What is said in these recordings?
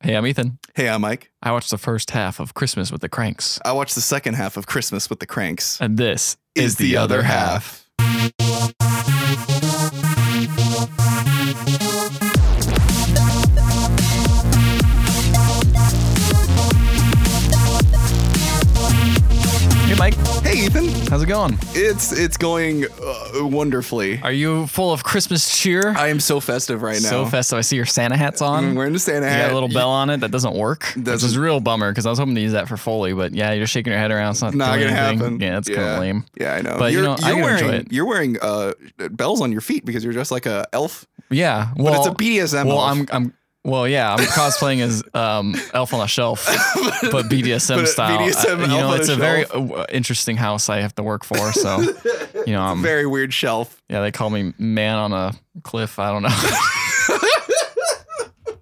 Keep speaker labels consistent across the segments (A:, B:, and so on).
A: Hey, I'm Ethan.
B: Hey, I'm Mike.
A: I watched the first half of Christmas with the Cranks,
B: I watched the second half of Christmas with the Cranks.
A: and this is, the, other half. Hey, Mike,
B: Hey, Ethan.
A: how's it going?
B: It's it's going uh, wonderfully.
A: Are you full of Christmas cheer?
B: I am so festive right now.
A: So festive. I see your Santa hats on.
B: I'm wearing the Santa
A: You
B: hat.
A: got a little bell on it that doesn't work. This is
B: Doesn't-
A: a real bummer because I was hoping to use that for Foley, but yeah, you're shaking your head around. It's not,
B: Not
A: doing
B: gonna
A: anything.
B: happen.
A: Yeah, that's kind
B: Yeah.
A: of lame.
B: Yeah, I know.
A: But, you know, I gotta enjoy
B: wearing
A: it.
B: you're wearing uh, bells on your feet because you're dressed like a elf,
A: Yeah, well,
B: but it's a BDSM.
A: well,
B: elf.
A: I'm, I'm, well, yeah, I'm cosplaying as um, Elf on a Shelf, but BDSM
B: But
A: style. Uh,
B: BDSM
A: you
B: elf
A: know,
B: on
A: it's
B: a
A: a very uh, interesting house I have to work for. So, you know, I'm,
B: very weird shelf.
A: yeah, they call me man on a cliff. I don't know.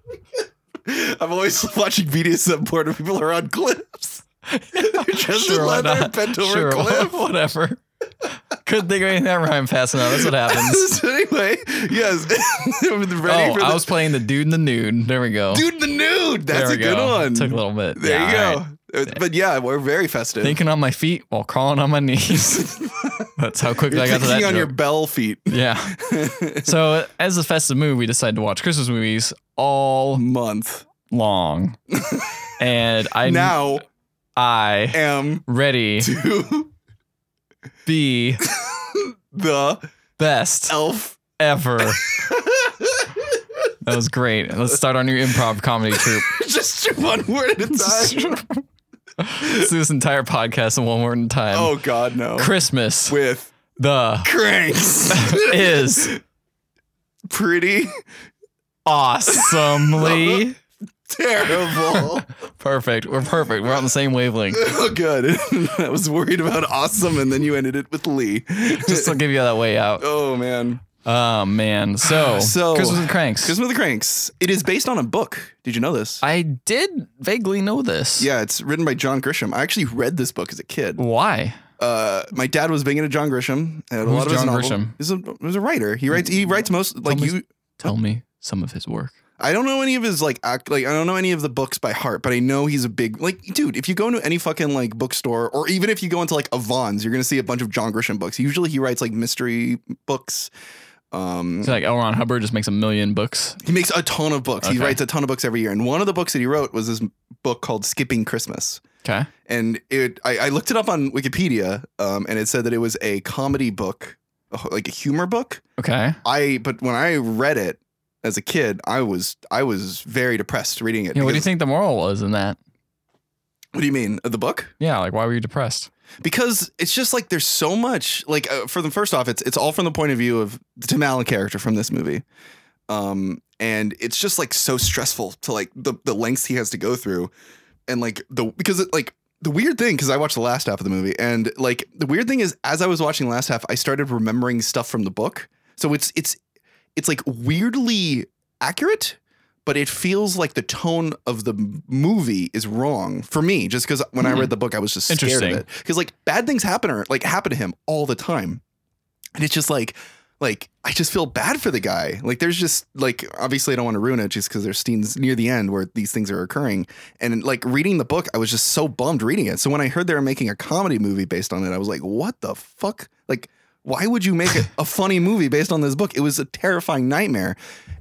B: I'm always watching BDSM porn where people are on cliffs. They're just in
A: why
B: leather,
A: not?
B: bent over
A: sure,
B: a cliff.
A: whatever. Couldn't think of anything that rhymed fast enough. That's what happens.
B: So anyway, yes. ready
A: Oh,
B: for the
A: I was playing the dude in the nude. There we go.
B: dude in the nude. That's
A: There
B: a
A: we
B: good
A: go.
B: one.
A: Took a little bit.
B: there
A: Yeah,
B: you
A: all
B: go.
A: right.
B: Uh, But yeah, we're very festive.
A: Thinking on my feet while crawling on my knees. That's how quickly
B: You're
A: I got to
B: thinking
A: that.
B: on your
A: joke.
B: bell feet.
A: yeah. So as a festive move, we decided to watch Christmas movies all
B: Month.
A: long, and I
B: now
A: I
B: am
A: ready
B: to
A: be
B: the
A: best
B: elf.
A: ever. That was great. Let's start our new improv comedy troupe.
B: Just do one word at a time.
A: Let's do this entire podcast in one word in time.
B: Oh God, no.
A: Christmas
B: With
A: the
B: cranks
A: is
B: pretty
A: awesomely
B: terrible.
A: perfect. We're perfect. We're on the same wavelength.
B: oh, good. I was worried about awesome, and then you ended it with Lee.
A: Just to give you that way out.
B: oh man.
A: Oh man. So,
B: So-
A: Christmas with Cranks.
B: Christmas of the Cranks. It is based on a book. Did you know this?
A: I did vaguely know this.
B: yeah, it's written by John Grisham. I actually read this book as a kid.
A: Why?
B: Uh, my dad was big into John Grisham. And a
A: Who's
B: lot of his
A: John
B: novel-
A: Grisham?
B: He's a, he's a writer. He writes. He writes most like
A: me-
B: you.
A: Tell me some of his work.
B: I don't know any of his like act, like I don't know any of the books by heart, but I know he's a big like dude. If you go into any fucking like bookstore, or even if you go into like Avon's, you're gonna see a bunch of John Grisham books. Usually he writes like mystery books. Um,
A: It's like L. Ron Hubbard just makes a million books.
B: He makes a ton of books. He
A: Okay.
B: writes a ton of books every year. And one of the books that he wrote was this book called Skipping Christmas.
A: Okay.
B: And it, I, I looked it up on Wikipedia, um, and it said that it was a comedy book, a ho- like a humor book.
A: Okay.
B: I, but when I read it as a kid, I was, I was very depressed reading it.
A: Yeah, what do you
B: because-
A: think the moral was in that?
B: What do you mean? The book?
A: Yeah, like why were you depressed?
B: because it's just like there's so much like uh, for the first off it's it's all from the point of view of the Tim Allen character from this movie um and it's just like so stressful to like the the lengths he has to go through and like the because it like the weird thing cuz I watched the last half of the movie and like the weird thing is as I was watching the last half I started remembering stuff from the book so it's it's it's like weirdly accurate but it feels like the tone of the m- movie is wrong for me just because when i
A: Hmm.
B: read the book i was just scared of
A: Interesting.
B: it because like bad things happen or like happen to him all the time and it's just like like i just feel bad for the guy like there's just like obviously i don't want to ruin it just because there's scenes near the end where these things are occurring and like reading the book i was just so bummed reading it so when i heard they were making a comedy movie based on it i was like what the fuck like why would you make a, a funny movie based on this book it was a terrifying nightmare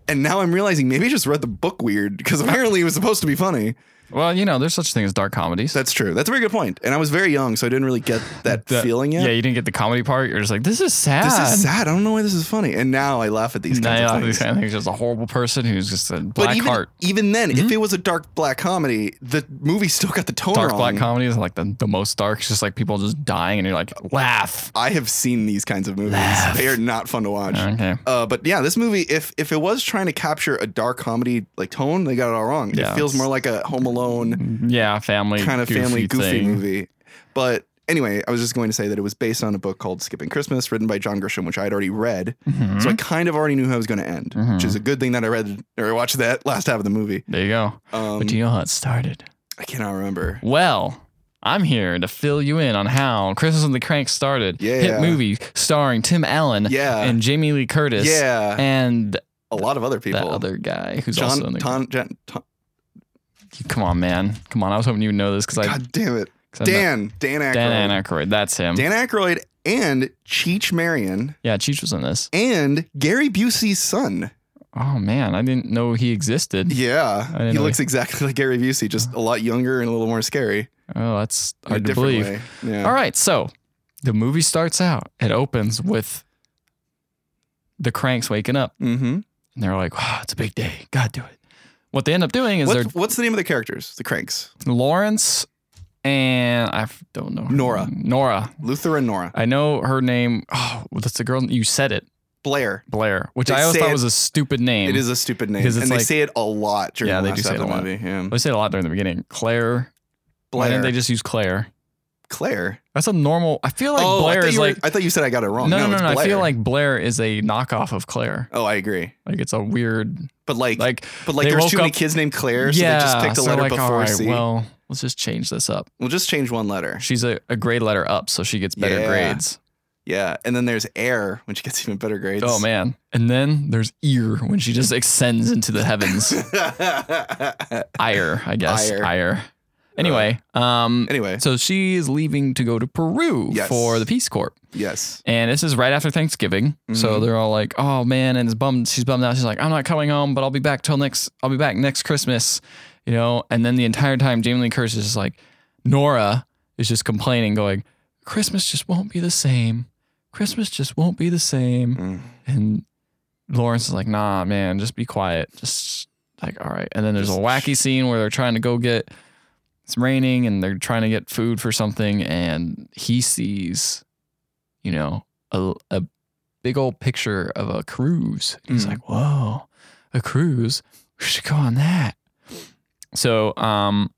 B: and now i'm realizing maybe i just read the book weird because apparently it was supposed to be funny
A: Well, you know, there's such a thing as dark comedies.
B: that's true that's a very good point and i was very young so i didn't really get that,
A: That-
B: feeling yet
A: Yeah, you didn't get the comedy part. You're just like, this is sad.
B: this is sad. I don't know why this is funny. And now I laugh at these kinds
A: Nah,
B: of
A: these
B: things.
A: kind of things. Just a horrible person who's just a
B: but
A: black
B: even,
A: heart. Mm-hmm.
B: even then, if it was a dark black comedy, the movie still got the tone
A: Dark
B: wrong.
A: black comedy is like the, the most dark. It's just like people just dying, and you're like, laugh.
B: I have seen these kinds of movies.
A: Laugh.
B: They are not fun to watch.
A: Okay.
B: Uh, but yeah, this movie, if if it was trying to capture a dark comedy like tone, they got it all wrong.
A: Yeah,
B: it feels
A: it's-
B: more like a Home Alone
A: Yeah, family
B: kind of family goofy
A: thing.
B: movie. But anyway, I was just going to say that it was based on a book called Skipping Christmas, written by John Grisham, which I had already read.
A: Mhm.
B: So I kind of already knew how it was going to end, which
A: Mm-hmm.
B: is a good thing that I read or I watched that last half of the movie.
A: there you go.
B: Um,
A: but do you know how it started?
B: I cannot remember.
A: Well, I'm here to fill you in on how Christmas and the Crank started.
B: Yeah.
A: Hit movie starring Tim Allen
B: Yeah.
A: and Jamie Lee Curtis.
B: yeah.
A: And
B: a lot of other people.
A: that other guy who's
B: John,
A: also in the
B: Ton, Jan, Ton,
A: Come on, man. Come on. I was hoping you would know this because I.
B: God damn it.
A: Cause I know-
B: Dan. Dan Aykroyd.
A: Dan
B: Dan,
A: Aykroyd. That's him.
B: Aykroyd and Cheech Marion
A: yeah, Cheech was in this.
B: and Gary Busey's son.
A: Oh man, I didn't know he existed. I
B: Yeah.
A: didn't
B: He
A: know
B: looks exactly like Gary Busey, just a lot younger and a little more scary.
A: Oh, that's
B: In a
A: hard to
B: different
A: believe.
B: way. Yeah.
A: All right, so the movie starts out. It opens with the cranks waking up,
B: Mm-hmm.
A: and they're like, "Wow, it's a big day. Gotta do it." What they end up doing is
B: What's, what's the name of the characters? The Cranks.
A: they're Lawrence and I f- don't know her
B: Nora.
A: name. Nora.
B: Luther and Nora.
A: I know her name. Oh, well, that's the girl you said it,
B: Blair.
A: Blair, which
B: They
A: I always
B: say
A: thought
B: it-
A: was a stupid name.
B: It is a stupid name.
A: Because
B: And
A: it's
B: they
A: like-
B: say it a lot during
A: Yeah,
B: the
A: they
B: last
A: do say
B: half
A: it
B: of
A: a
B: the
A: lot.
B: movie. Yeah.
A: They say it a lot during the beginning. Claire. Why
B: Blair.
A: didn't they just use Claire?
B: Claire.
A: That's a normal. I feel like
B: oh, I
A: Blair
B: thought
A: is
B: you were-
A: like.
B: I thought you said I got it
A: No,
B: wrong.
A: no, no,
B: it's
A: no. I
B: Blair.
A: feel like Blair is a knockoff of Claire.
B: Oh, I agree.
A: Like it's a weird,
B: But like,
A: like
B: but like,
A: they
B: there's
A: woke
B: too many
A: up-
B: kids named Claire, so they just picked a
A: so
B: letter
A: like,
B: before
A: all right,
B: C.
A: Well, let's just change this up.
B: we'll just change one letter.
A: She's a, a grade letter up, so she gets better
B: Yeah.
A: grades.
B: Yeah, and then there's air when she gets even better grades.
A: oh man! And then there's ear when she just ascends into the heavens.
B: man.
A: Ire, I guess.
B: Ire.
A: Ire. Anyway, um,
B: anyway,
A: so she is leaving to go to Peru
B: Yes.
A: for the Peace Corps,
B: yes,
A: and this is right after Thanksgiving. So
B: Mhm.
A: they're all like, "Oh man!" And it's bummed. She's bummed out. She's like, "I'm not coming home, but I'll be back till next. I'll be back next Christmas." You know. And then the entire time, Jamie Lee Curtis is just like, Nora is just complaining, going, "Christmas just won't be the same. Christmas just won't be the same."
B: Mm.
A: And Lawrence is like, nah, man, just be quiet. Just like, all right. And then there's
B: Just
A: a wacky scene where they're trying to go get it's raining and they're trying to get food for something. And he sees, you know, a, a big old picture of a cruise. And he's
B: Mm.
A: like, whoa, a cruise? We should go on that. So, um,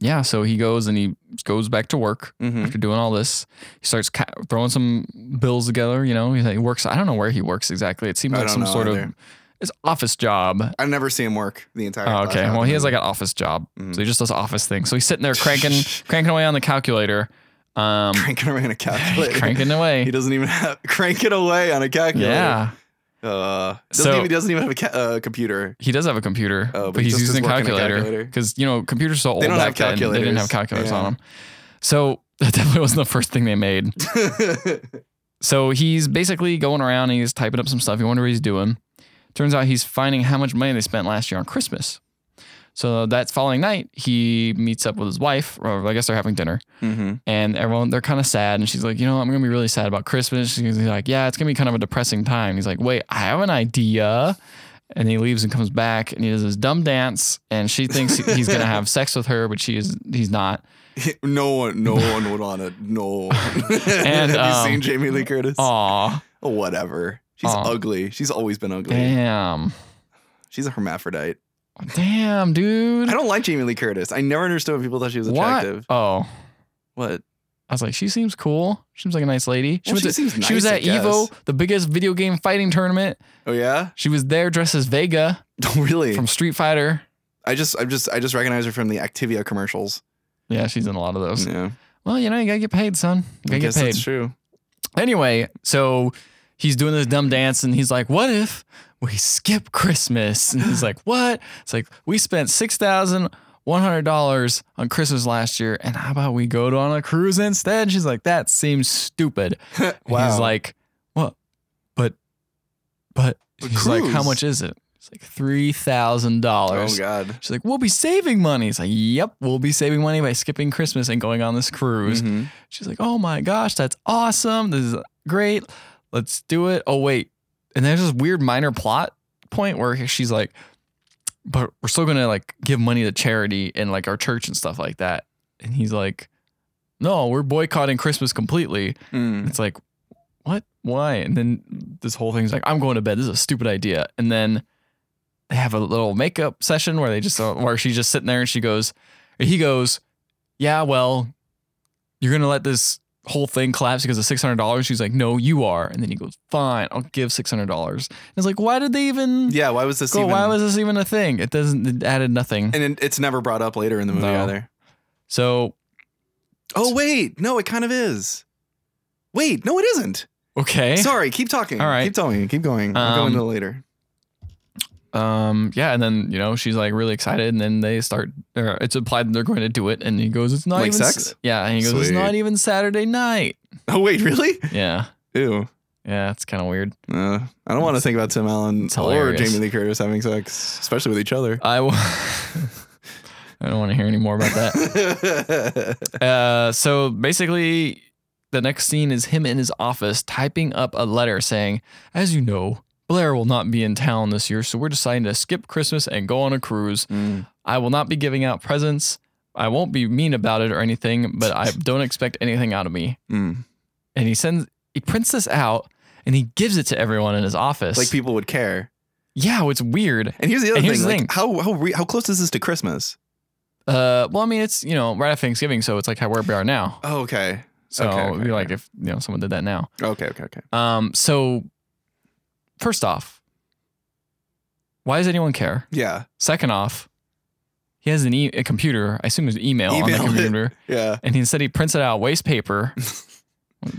A: yeah, so he goes and he goes back to work
B: Mhm.
A: after doing all this, he starts ca- throwing some bills together. You know, he, he works. I don't know where he works exactly. It seems
B: I
A: like
B: don't
A: some
B: know
A: sort of
B: either.
A: it's office job.
B: I never see him work the entire.
A: Oh,
B: last
A: okay.
B: half
A: Well,
B: of
A: he
B: the
A: has like
B: movie.
A: an office job,
B: Mhm.
A: so he just does office things. So he's sitting there cranking, cranking away on the calculator, um,
B: Mm. cranking away on a calculator.
A: cranking
B: He
A: away.
B: doesn't even have cranking away on a calculator.
A: Yeah,
B: Uh, doesn't
A: So-
B: even doesn't even have a ca- uh, computer.
A: he does have a computer,
B: Oh,
A: but,
B: but he
A: he's
B: just
A: using a
B: is working a
A: calculator
B: calculator.
A: because you know computers are so old.
B: They don't
A: back
B: have
A: then, They didn't
B: calculators.
A: have calculators
B: Yeah.
A: on them, so that definitely wasn't the first thing they made. So he's basically going around and he's typing up some stuff. You wonder what he's doing. Turns out he's finding how much money they spent last year on Christmas. So that following night, he meets up with his wife, or I guess they're having dinner,
B: mm-hmm.
A: and everyone, they're kind of sad. And she's like, You know, I'm going to be really sad about Christmas. She's like, Yeah, it's going to be kind of a depressing time. He's like, Wait, I have an idea. And he leaves and comes back and he does his dumb dance. And she thinks he's going to have sex with her, but she is, he's not.
B: No one, no one would want it. No.
A: And,
B: have
A: um,
B: you seen Jamie Lee Curtis?
A: Aw,
B: Oh, whatever. She's
A: Aw.
B: ugly. She's always been ugly.
A: damn.
B: She's a hermaphrodite.
A: Damn, dude.
B: I don't like Jamie Lee Curtis. I never understood when people thought she was attractive.
A: What? Oh.
B: What?
A: I was like, she seems cool. Seems like a nice lady. She,
B: Well,
A: was,
B: she
A: at-
B: seems nice,
A: she was
B: I
A: at Evo,
B: guess.
A: the biggest video game fighting tournament.
B: Oh yeah?
A: She was there dressed as Vega
B: really?
A: from Street Fighter.
B: I just I just I just recognize her from the Activia commercials.
A: Yeah, she's in a lot of those.
B: Yeah.
A: Well, you know, you gotta get paid, son. You
B: I
A: gotta
B: guess
A: get paid.
B: that's true.
A: Anyway, so he's doing this dumb dance and he's like, What if we skip Christmas? And he's like, What? It's like, we spent six thousand one hundred dollars on Christmas last year, and how about we go to on a cruise instead? And she's like, That seems stupid. And
B: wow.
A: He's like, what? But, but,
B: But
A: he's like, how
B: cruise.
A: much is it? It's like three thousand
B: oh
A: dollars.
B: god.
A: She's like, we'll be saving money. It's like, yep, we'll be saving money by skipping Christmas and going on this cruise.
B: Mhm.
A: She's like, oh my gosh, that's awesome. This is great. Let's do it. Oh wait, and there's this weird minor plot point where she's like, but we're still gonna like give money to charity and like our church and stuff like that. And he's like, no, we're boycotting Christmas completely.
B: Mm.
A: It's like, what? Why? And then this whole thing's like, I'm going to bed. This is a stupid idea. And then they have a little makeup session where they just where she's just sitting there and she goes, or he goes, yeah, well, you're gonna let this whole thing collapse because of six hundred dollars. She's like, no, you are. And then he goes, fine, I'll give six hundred dollars. And it's like, why did they even?
B: Yeah, why was this
A: Go,
B: even
A: why was this even a thing? It doesn't it added nothing.
B: and it, it's never brought up later in the movie
A: No.
B: either.
A: So
B: Oh wait, no, it kind of is. Wait, no, it isn't.
A: okay,
B: Sorry, keep talking.
A: Eh. All right.
B: keep talking. Keep going. I'll go
A: Um,
B: into it later.
A: um, yeah, and then you know she's like really excited, and then they start. Or it's implied that they're going to do it, and he goes, "It's not
B: Like
A: even
B: sex?
A: s- Yeah, and he goes, "It's
B: Sweet.
A: not even Saturday night."
B: Oh wait, really?
A: Yeah,
B: Ew.
A: yeah, it's kind of weird.
B: Uh, I don't want to think about Tim Allen
A: It's
B: or
A: hilarious.
B: Jamie Lee Curtis having sex, especially with each other.
A: I w- I don't want to hear any more about that. Uh, so basically, the next scene is him in his office typing up a letter saying, As you know, Blair will not be in town this year, so we're deciding to skip Christmas and go on a cruise.
B: Mm.
A: I will not be giving out presents. I won't be mean about it or anything, but I don't expect anything out of me.
B: Mm.
A: And he sends, he prints this out and he gives it to everyone in his office.
B: Like people would care.
A: yeah, it's weird.
B: And here's the other
A: And
B: thing.
A: here's the
B: like,
A: thing.
B: How how re- how close is this to Christmas?
A: Uh, well, I mean, it's, you know, right after Thanksgiving, so it's like how where we are now.
B: Oh, okay.
A: So
B: Okay, okay,
A: it'd be like
B: okay.
A: if, you know, someone did that now.
B: Okay, okay, okay.
A: Um, so first off, why does anyone care?
B: Yeah.
A: Second off, he has an e- a computer, I assume it's email,
B: Email.
A: on the computer,
B: Yeah.
A: and he said he prints it out waste paper.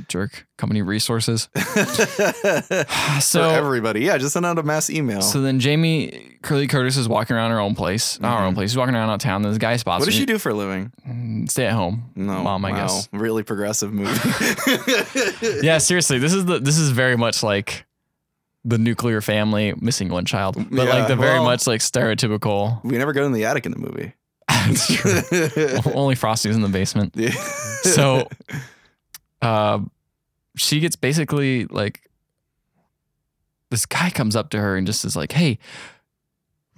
A: Jerk company resources.
B: For
A: So
B: everybody. Yeah, just send out a mass email.
A: so then Jamie Curly Curtis is walking around her own place, not her own
B: Mhm.
A: place. She's walking around out of town. Then this guy spots
B: what does
A: her.
B: she do for a living?
A: Mm, Stay at home,
B: No.
A: mom. I
B: wow.
A: guess.
B: Really progressive movie.
A: Yeah, seriously, this is the this is very much like the nuclear family missing one child, but
B: Yeah,
A: like the very
B: well-
A: much like stereotypical
B: We never go in the attic in the movie.
A: That's true. Only Frosty's in the basement.
B: Yeah.
A: So, uh, she gets basically like this guy comes up to her and just is like, "Hey,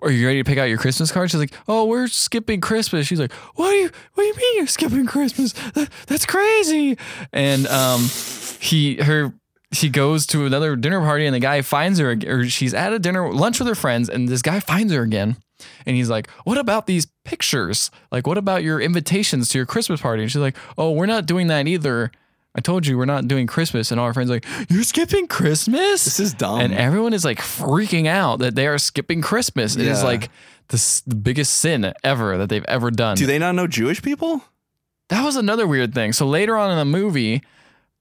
A: are you ready to pick out your Christmas card?" She's like, "Oh, we're skipping Christmas." She's like, "What do you What do you mean you're skipping Christmas? That- that's crazy!" And um, he her. She goes to another dinner party and the guy finds her, ag- or she's at a dinner lunch with her friends, and this guy finds her again. And he's like, What about these pictures? Like, what about your invitations to your Christmas party? And she's like, Oh, we're not doing that either. I told you we're not doing Christmas. And all our friends are like, You're skipping Christmas?
B: this is dumb.
A: and everyone is like freaking out that they are skipping Christmas. It is
B: Yeah.
A: like the, s- the biggest sin ever that they've ever done.
B: do they not know Jewish people?
A: that was another weird thing. So later on in the movie,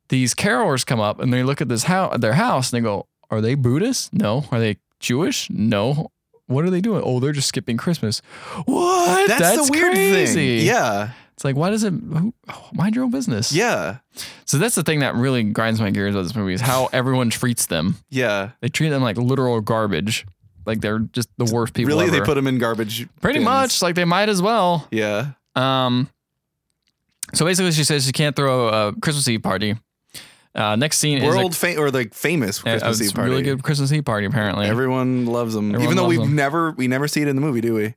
A: these carolers come up and they look at this house, their house, and they go, "Are they Buddhist? No. Are they Jewish? No. What are they doing? Oh, they're just skipping Christmas. What?
B: That's, the weird
A: crazy.
B: thing. Yeah.
A: It's like, why does it? Who, oh, mind your own business.
B: Yeah.
A: So that's the thing that really grinds my gears about this movie is how everyone treats them.
B: Yeah.
A: They treat them like literal garbage. Like they're just the worst people.
B: really? They
A: ever.
B: put them in garbage.
A: pretty
B: bins.
A: much like they might as well.
B: Yeah.
A: Um, so basically, she says she can't throw a Christmas Eve party. Uh, next scene
B: World fame or like
A: is
B: famous
A: a,
B: Christmas
A: a
B: Eve party.
A: really good Christmas Eve party. Apparently,
B: Everyone loves them,
A: Everyone
B: even though
A: loves
B: we have
A: 'em.
B: never we never see it in the movie, do we?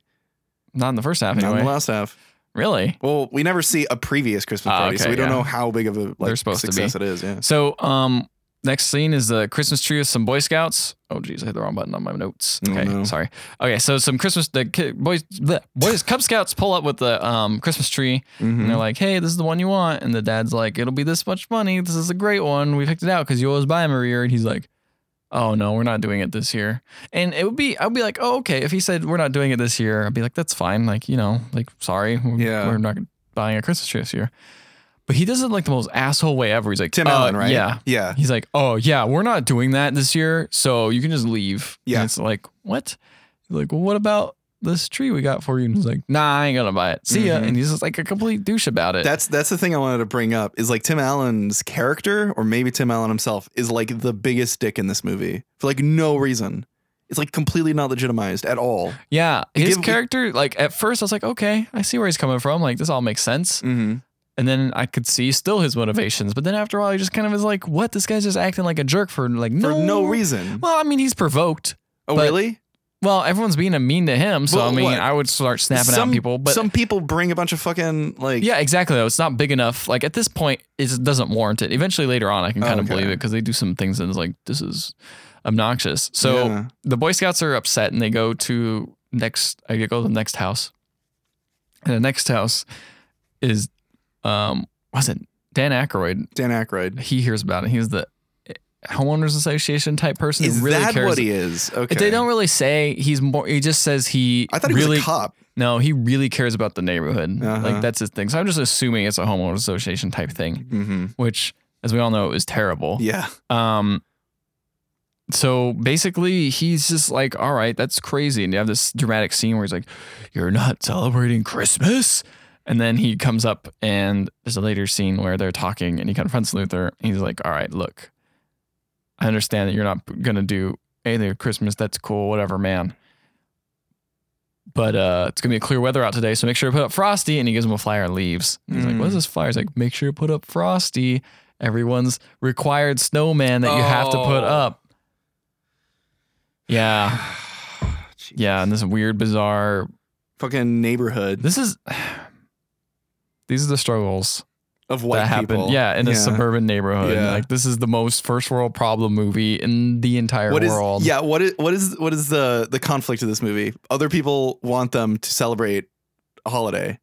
A: not in the first half
B: Not
A: anyway.
B: in the last half.
A: really?
B: Well, we never see a previous Christmas
A: Ah,
B: party, so
A: okay,
B: we don't
A: yeah.
B: know how big of a
A: They're
B: like,
A: supposed to be.
B: success it is. Yeah.
A: So, um, next scene is the Christmas tree with some Boy Scouts. Oh, geez, I hit the wrong button on my notes.
B: Oh,
A: Okay,
B: no.
A: sorry. Okay, so some Christmas the ki- boys, the boys, Cub Scouts pull up with the um Christmas tree,
B: Mhm.
A: and they're like, "Hey, this is the one you want," and the dad's like, "It'll be this much money. This is a great one. We picked it out because you always buy them every year," and he's like. oh no, we're not doing it this year. And it would be, I'd be like, oh, okay. If he said we're not doing it this year, I'd be like, that's fine. Like, you know, like, sorry, we're,
B: Yeah.
A: we're not buying a Christmas tree this year. But he does it like the most asshole way ever. He's like,
B: Tim
A: uh,
B: Allen, right?
A: Yeah.
B: Yeah.
A: He's like, oh yeah, we're not doing that this year, so you can just leave.
B: Yeah.
A: And it's like, what? He's like, well, what about this tree we got for you? And he's like, nah, I ain't gonna buy it. See ya.
B: Mhm.
A: And he's just like a complete douche about it.
B: That's that's the thing I wanted to bring up is like Tim Allen's character, or maybe Tim Allen himself, is like the biggest dick in this movie for like no reason. It's like completely not legitimized at all.
A: yeah. His
B: Give-
A: character, like at first, I was like, okay, I see where he's coming from. Like this all makes sense.
B: Mm-hmm.
A: And then I could see still his motivations. But then after a while, he just kind of is like, what? This guy's just acting like a jerk for like
B: For
A: no,
B: no reason.
A: Well, I mean, he's provoked.
B: oh,
A: but-
B: really?
A: Well, everyone's being a mean to him. So,
B: Well,
A: I mean,
B: what?
A: I would start snapping
B: some
A: at people. But
B: some people bring a bunch of fucking like
A: yeah, exactly. Though. It's not big enough. Like at this point, it doesn't warrant it. Eventually later on, I can
B: Oh,
A: kind of
B: okay.
A: believe it because they do some things and it's like, this is obnoxious. So
B: Yeah.
A: the Boy Scouts are upset and they go to next, I go to the next house. And the next house is, um, was it Dan Aykroyd
B: Dan Aykroyd.
A: he hears about it. He's the eh, homeowners association type person
B: Is
A: who really
B: that
A: cares.
B: what he is? Okay.
A: They don't really say he's more. He just says he.
B: I thought he
A: really,
B: was a cop.
A: No, he really cares about the neighborhood.
B: Uh-huh.
A: Like that's his thing. So I'm just assuming it's a homeowners association type thing,
B: Mm-hmm.
A: which, as we all know, is terrible.
B: Yeah.
A: Um, so basically, he's just like, all right, that's crazy. And you have this dramatic scene where he's like, you're not celebrating Christmas. And then he comes up, and there's a later scene where they're talking and he confronts Luther. And he's like, all right, look, I understand that you're not going to do anything at Christmas. That's cool, whatever, man. But uh, it's going to be clear weather out today. So make sure to put up Frosty. And he gives him a flyer and leaves. And he's like, what is this flyer? He's like, make sure to put up Frosty. Everyone's required snowman that you have to put
C: Oh.
A: up. Yeah.
B: Jeez.
A: Yeah, and this weird, bizarre.
B: Fucking neighborhood
A: This is. These are the struggles
B: of white
A: that happen.
B: people.
A: Yeah, in a
B: Yeah.
A: suburban neighborhood.
B: Yeah.
A: Like this is the most first world problem movie in the entire
B: What is
A: world.
B: yeah? What is what is what is the the conflict of this movie? Other people want them to celebrate a holiday.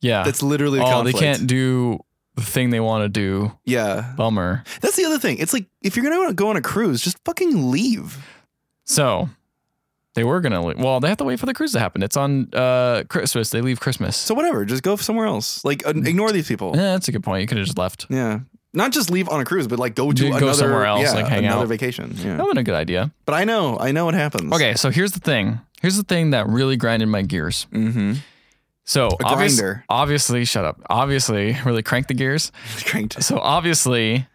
A: yeah.
B: That's literally the
A: oh, they
B: conflict.
A: can't do the thing they want to do.
B: Yeah,
A: Bummer.
B: that's the other thing. It's like if you're gonna go on a cruise, just fucking leave.
A: So they were gonna. Leave. Well, they have to wait for the cruise to happen. It's on uh Christmas. They leave Christmas.
B: So whatever, just go somewhere else. Like an- ignore these people.
A: Mm. yeah, that's a good point. You could have just left.
B: Yeah, not just leave on a cruise, but like go to
A: Dude, go
B: another,
A: somewhere else,
B: yeah,
A: like, hang
B: another
A: out.
B: vacation.
A: That
B: Yeah,
A: would have been a good idea.
B: but I know, I know what happens.
A: Okay, so here's the thing. Here's the thing that really grinded my gears.
B: Mm-hmm.
A: So
B: A
A: obvious-
B: grinder.
A: obviously, shut up. Obviously, really crank the gears.
B: Cranked.
A: So obviously,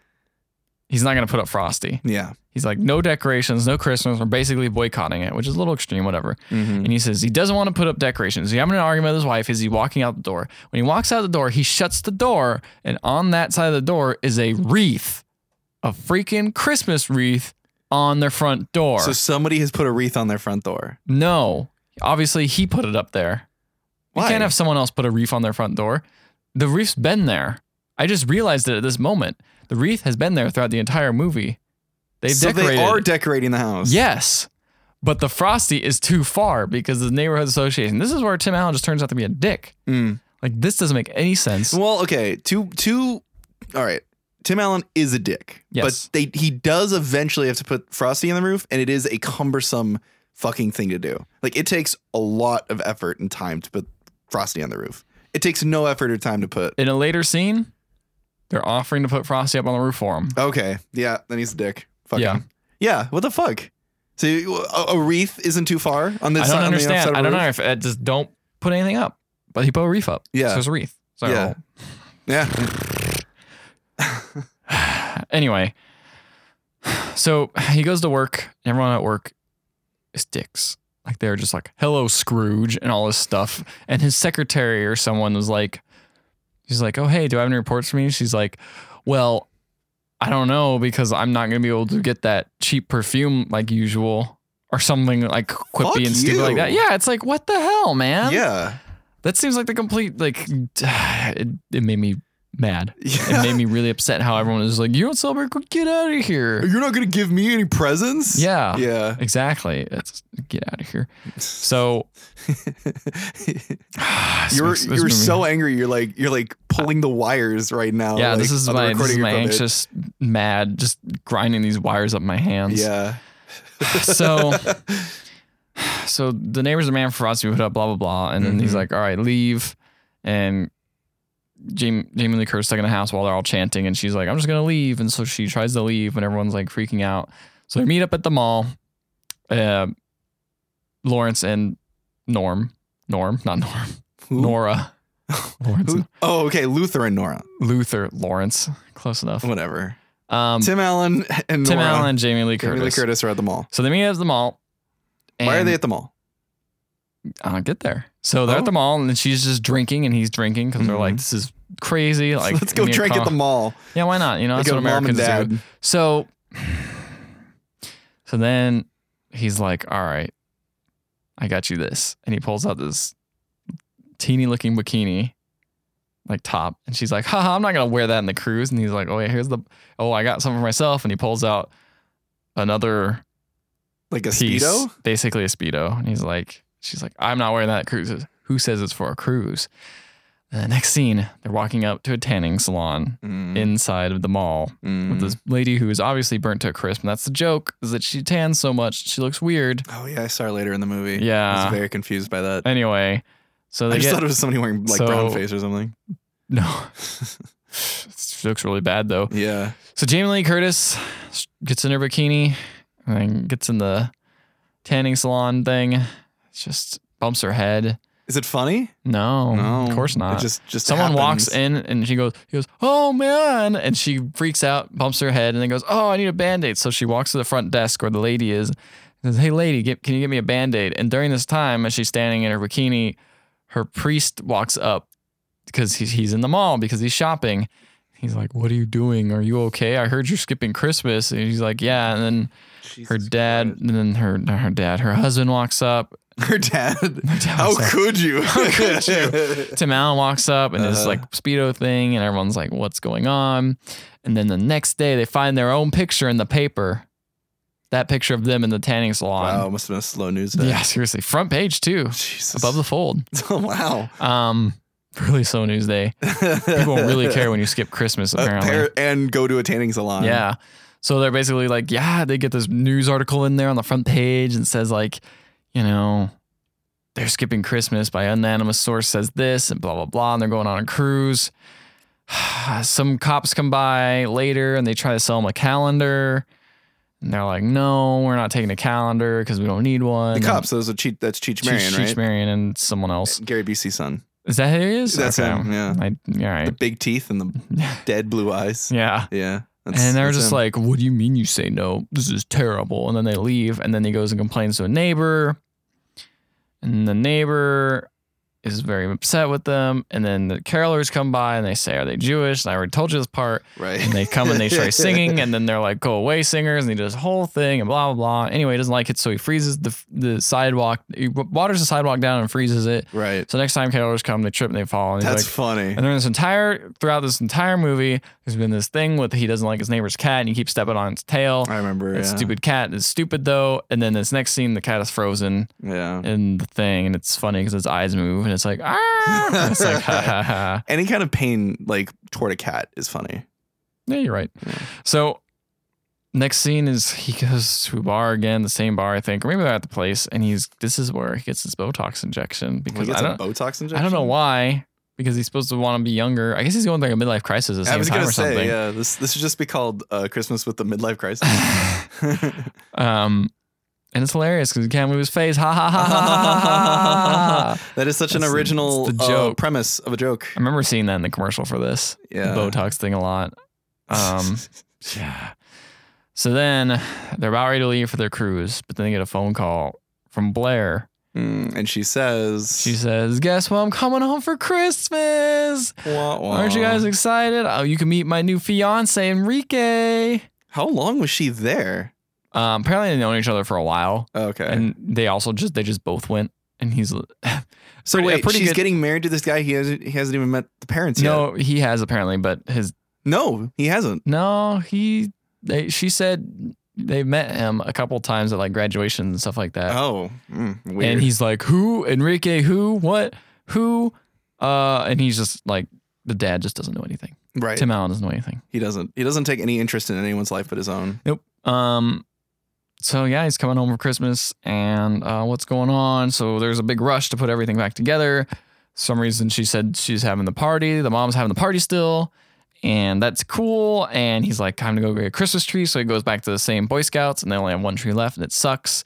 A: he's not gonna put up Frosty.
B: Yeah.
A: He's like, no decorations, no Christmas. We're basically boycotting it, which is a little extreme, whatever.
B: Mm-hmm.
A: And he says he doesn't want to put up decorations. He's having an argument with his wife. Is he walking out the door? When he walks out the door, he shuts the door, and on that side of the door is a wreath, a freaking Christmas wreath on their front door.
B: So somebody has put a wreath on their front door.
A: No. Obviously, he put it up there. You
B: Why?
A: can't have someone else put a wreath on their front door. The wreath's been there. I just realized it at this moment. The wreath has been there throughout the entire movie. They've
B: so
A: decorated.
B: they are
A: it.
B: decorating the house.
A: yes. But the frosty is too far because the neighborhood association. This is where Tim Allen just turns out to be a dick.
B: Mm.
A: Like this doesn't make any sense.
B: Well, okay. Two, two. All right. Tim Allen is a dick.
A: Yes.
B: But they, he does eventually have to put Frosty on the roof, and it is a cumbersome fucking thing to do. Like it takes a lot of effort and time to put Frosty on the roof. It takes no effort or time to put.
A: In a later scene, they're offering to put Frosty up on the roof for him.
B: Okay. Yeah. Then he's a dick. Fucking.
A: Yeah.
B: Yeah. Yeah. What the fuck? So a, a wreath isn't too far on this.
A: I don't
B: side,
A: understand.
B: On the
A: I don't
B: roof?
A: know if uh, just don't put anything up. But he put a wreath up.
B: Yeah.
A: So it's a wreath. So
B: Yeah. Yeah.
A: anyway, so he goes to work. and Everyone at work is dicks. Like they're just like, "Hello, Scrooge," and all this stuff. And his secretary or someone was like, "She's like, oh hey, do I have any reports for me?" She's like, "Well, I don't know because I'm not gonna be able to get that cheap perfume like usual." Or something like quippy
B: Fuck
A: and stupid like
B: you.
A: that. Yeah, it's like what the hell, man.
B: Yeah.
A: that seems like the complete like. It, it made me mad. It made me really upset how everyone was like, "You don't celebrate? Get out of here!"
B: You're not gonna give me any presents.
A: Yeah,
B: Yeah.
A: exactly. It's get out of here. So this
B: you were
A: makes- this
B: you were
A: movie-
B: so angry. You're like you're like pulling the wires right now.
A: yeah.
B: like,
A: this is
B: on the
A: my this
B: recording
A: is my
B: equipment.
A: anxious mad, just grinding these wires up my hands.
B: Yeah.
A: So so the neighbors demand for us to put up blah blah blah, and then he's
B: Mhm.
A: like, "All right, leave," and. Jamie, Jamie Lee Curtis stuck in the house while they're all chanting, and she's like, "I'm just gonna leave," and so she tries to leave, and everyone's like freaking out. So they meet up at the mall. Uh, Lawrence and Norm, Norm, not Norm,
B: Who-
A: Nora, Lawrence,
B: who- oh, okay. Luther and Nora.
A: Luther, Lawrence, close enough.
B: Whatever.
A: Um, Tim,
B: Tim Allen and Nora.
A: Allen, Jamie Lee
B: Jamie
A: Curtis.
B: Lee Curtis are at the mall.
A: So they meet at the mall. And
B: Why are they at the mall?
A: I don't uh, get there. So they're
B: Oh.
A: at the mall, and she's just drinking, and he's drinking because they're like,
B: Mhm.
A: "This is crazy." Like,
B: Let's go
A: we need to
B: drink at
A: call-
B: the mall.
A: Yeah, why not? You know,
B: Let's
A: that's
B: go
A: what
B: to mom and
A: Americans do.
B: dad.
A: So, so then he's like, "All right, I got you this," and he pulls out this teeny-looking bikini, like top, and she's like, "Haha, I'm not gonna wear that in the cruise." And he's like, "Oh yeah, here's the oh I got some for myself," and he pulls out another
B: Like a
A: piece,
B: speedo.
A: basically a speedo, and he's like, "She's like, I'm not wearing that at cruises. Who says it's for a cruise?" And the next scene, they're walking up to a tanning salon
B: Mm,
A: inside of the mall
B: mm.
A: Mm-hmm. with this lady who is obviously burnt to a crisp. And that's the joke is that she tans so much, she looks weird.
B: Oh yeah, I saw her later in the movie. I
A: Yeah.
B: was very confused by that.
A: Anyway, so
B: I
A: they
B: just
A: get
B: thought it was somebody wearing like
A: So-
B: brown face or something.
A: no. She looks really bad though.
B: Yeah.
A: So Jamie Lee Curtis gets in her bikini and then gets in the tanning salon thing. It's just bumps her head.
B: Is it funny?
A: No,
B: no,
A: of course not.
B: It just just
A: Someone walks
B: happens.
A: in and she goes, he goes, oh man, and she freaks out, bumps her head, and then goes, oh, I need a band aid. So she walks to the front desk where the lady is, and says, hey lady, get, can you get me a band aid? And during this time, as she's standing in her bikini, her priest walks up because he's he's in the mall because he's shopping. He's like, what are you doing? Are you okay? I heard you're skipping Christmas. And he's like, yeah. And then her
B: Jesus
A: dad,
B: Christ.
A: and then her not her dad, her husband walks up.
B: Her dad.
A: Her dad
B: How
A: walks up.
B: could you?
A: How could you? Tim Allen walks up and this
B: Uh-huh.
A: like speedo thing, and everyone's like, "What's going on?" And then the next day, they find their own picture in the paper. That picture of them in the tanning
B: Wow,
A: salon.
B: must have been a slow news day.
A: Yeah, seriously, front page too,
B: Jesus.
A: above the fold.
B: oh, wow.
A: Um, really slow news day. People don't really care when you skip Christmas, apparently.
B: Appar- and go to a tanning salon.
A: Yeah. So they're basically like, yeah, they get this news article in there on the front page and says like, you know, they're skipping Christmas by anonymous source says this and blah blah blah, and they're going on a cruise. Some cops come by later and they try to sell them a calendar, and they're like, no, we're not taking a calendar because we don't need one.
B: The cops. Those are cheat. That's Cheech Marion,
A: She's
B: right?
A: Marion and someone else.
B: Gary Busey's son.
A: Is that who it is?
B: That's him, yeah.
A: I, all
B: The
A: right.
B: big teeth and the dead blue eyes.
A: yeah.
B: Yeah. that's-
A: And they were
B: that's
A: just
B: him.
A: like, "What do you mean you say no? This is terrible." And then they leave, and then he goes and complains to a neighbor, and the neighbor is very upset with them. And then the carolers come by and they say, "Are they Jewish?" And I already told you this part.
B: right.
A: And they come and they start singing, and then they're like, "Go away, singers!" And he does this whole thing and blah blah blah. Anyway, he doesn't like it, so he freezes the the sidewalk. He waters the sidewalk down and freezes it.
B: Right.
A: So next time carolers come, they trip and they fall. And he's
B: That's
A: like,
B: funny.
A: and during this entire throughout this entire movie, there's been this thing with he doesn't like his neighbor's cat and he keeps stepping on its tail.
B: I remember.
A: That
B: Oh, yeah.
A: stupid cat is stupid though. And then this next scene, the cat is frozen
B: Yeah.
A: in the thing, and it's funny because its eyes move and it's like ah. And it's like ha ha ha.
B: Any kind of pain, like toward a cat, is funny.
A: Yeah, you're right.
B: Yeah.
A: So next scene is he goes to a bar again, the same bar I think, or maybe they're at the place, and he's this is where he gets his Botox injection because
B: He
A: I
B: gets a
A: don't
B: Botox injection.
A: I don't know why. Because he's supposed to want to be younger. I guess he's going through like a midlife crisis at the
B: I
A: same
B: was
A: time
B: gonna
A: or
B: say,
A: something.
B: yeah, this this should just be called uh, Christmas with the midlife crisis.
A: Um, and it's hilarious because you can't move his face. Ha ha ha ha ha, ha ha ha.
B: that is such an
A: That's the-
B: original
A: it's the
B: uh,
A: joke.
B: premise of a joke.
A: I remember seeing that in the commercial for this the
B: Yeah.
A: Botox thing a lot. Um, yeah. So then they're about ready to leave for their cruise, but then they get a phone call from Blair.
B: Mm, and she says,
A: She says, "Guess what? I'm coming home for Christmas.
B: Wah, wah.
A: Aren't you guys excited? Oh, you can meet my new fiance Enrique."
B: How long was she there? Oh,
A: Um, apparently they've known each other for a while,
B: Okay.
A: and they also just they just both went. And he's
B: so
A: pretty- a
B: wait,
A: pretty
B: she's
A: good-
B: getting married to this guy. He hasn't. He hasn't even met the parents yet.
A: no, he has apparently, but his
B: No, he hasn't.
A: No, he. They, she said they met him a couple times at like graduations and stuff like that.
B: Oh, mm, weird.
A: and he's like, "Who? Enrique? Who? What? Who?" Uh, and he's just like, the dad just doesn't know anything.
B: right.
A: Tim Allen doesn't know anything.
B: He doesn't. He doesn't take any interest in anyone's life but his own.
A: Nope. Um. So yeah, he's coming home for Christmas, and uh, what's going on? So there's a big rush to put everything back together. some reason, she said she's having the party. The mom's having the party still, and that's cool. And he's like, time to go get a Christmas tree. So he goes back to the same Boy Scouts, and they only have one tree left, and it sucks.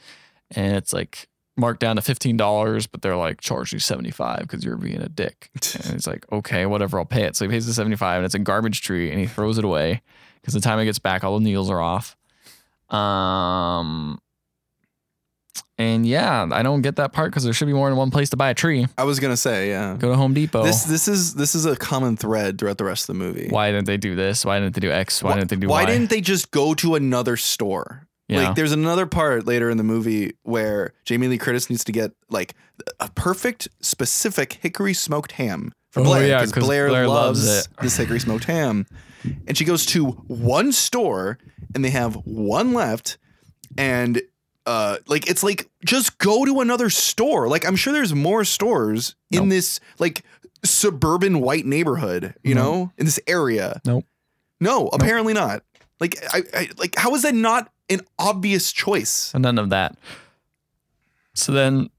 A: And it's like marked down to fifteen dollars, but they're like charge you seventy five because you're being a dick. And he's like, okay, whatever, I'll pay it. So he pays the seventy five, and it's a garbage tree, and he throws it away because the time he gets back, all the needles are off. Um. And yeah, I don't get that part because there should be more than one place to buy a tree.
B: I was gonna say, yeah.
A: Go to Home Depot.
B: This this is this is a common thread throughout the rest of the movie.
A: why didn't they do this? Why didn't they do X? Why,
B: Wh-
A: didn't they do
B: Why
A: Y?
B: didn't they just go to another store?
A: yeah.
B: Like, there's another part later in the movie where Jamie Lee Curtis needs to get like a perfect, specific hickory smoked ham for
A: Oh,
B: Blair
A: yeah,
B: because
A: 'cause
B: Blair,
A: Blair
B: loves,
A: loves it.
B: this hickory smoked ham, and she goes to one store and they have one left, and uh, like it's like just go to another store. Like I'm sure there's more stores in
A: Nope.
B: this like suburban white neighborhood, you
A: Nope.
B: know, in this area.
A: Nope.
B: No, apparently not. Like I, I like how is that not an obvious choice?
A: So none of that. So then,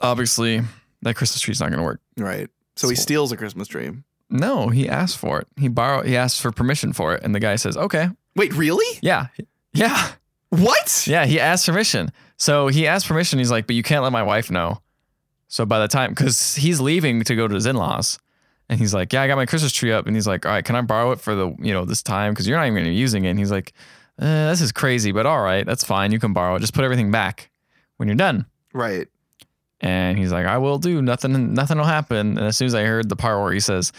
A: obviously, that Christmas tree's not going to work.
B: Right. So he
A: So-
B: steals a Christmas dream.
A: No, he asked for it. He borrowed. He asked for permission for it, and the guy says, "Okay,
B: Wait, really?
A: yeah, yeah."
B: What?
A: Yeah, he asked permission. So he asked permission. He's like, but you can't let my wife know. So by the time, because he's leaving to go to his in laws, and he's like, yeah, I got my Christmas tree up, and he's like, all right, can I borrow it for the you know this time? Because you're not even gonna be using it. And he's like, uh, this is crazy, but all right, that's fine. You can borrow it. Just put everything back when you're done.
B: Right.
A: And he's like, I will do nothing. Nothing will happen. And as soon as I heard the part where he says,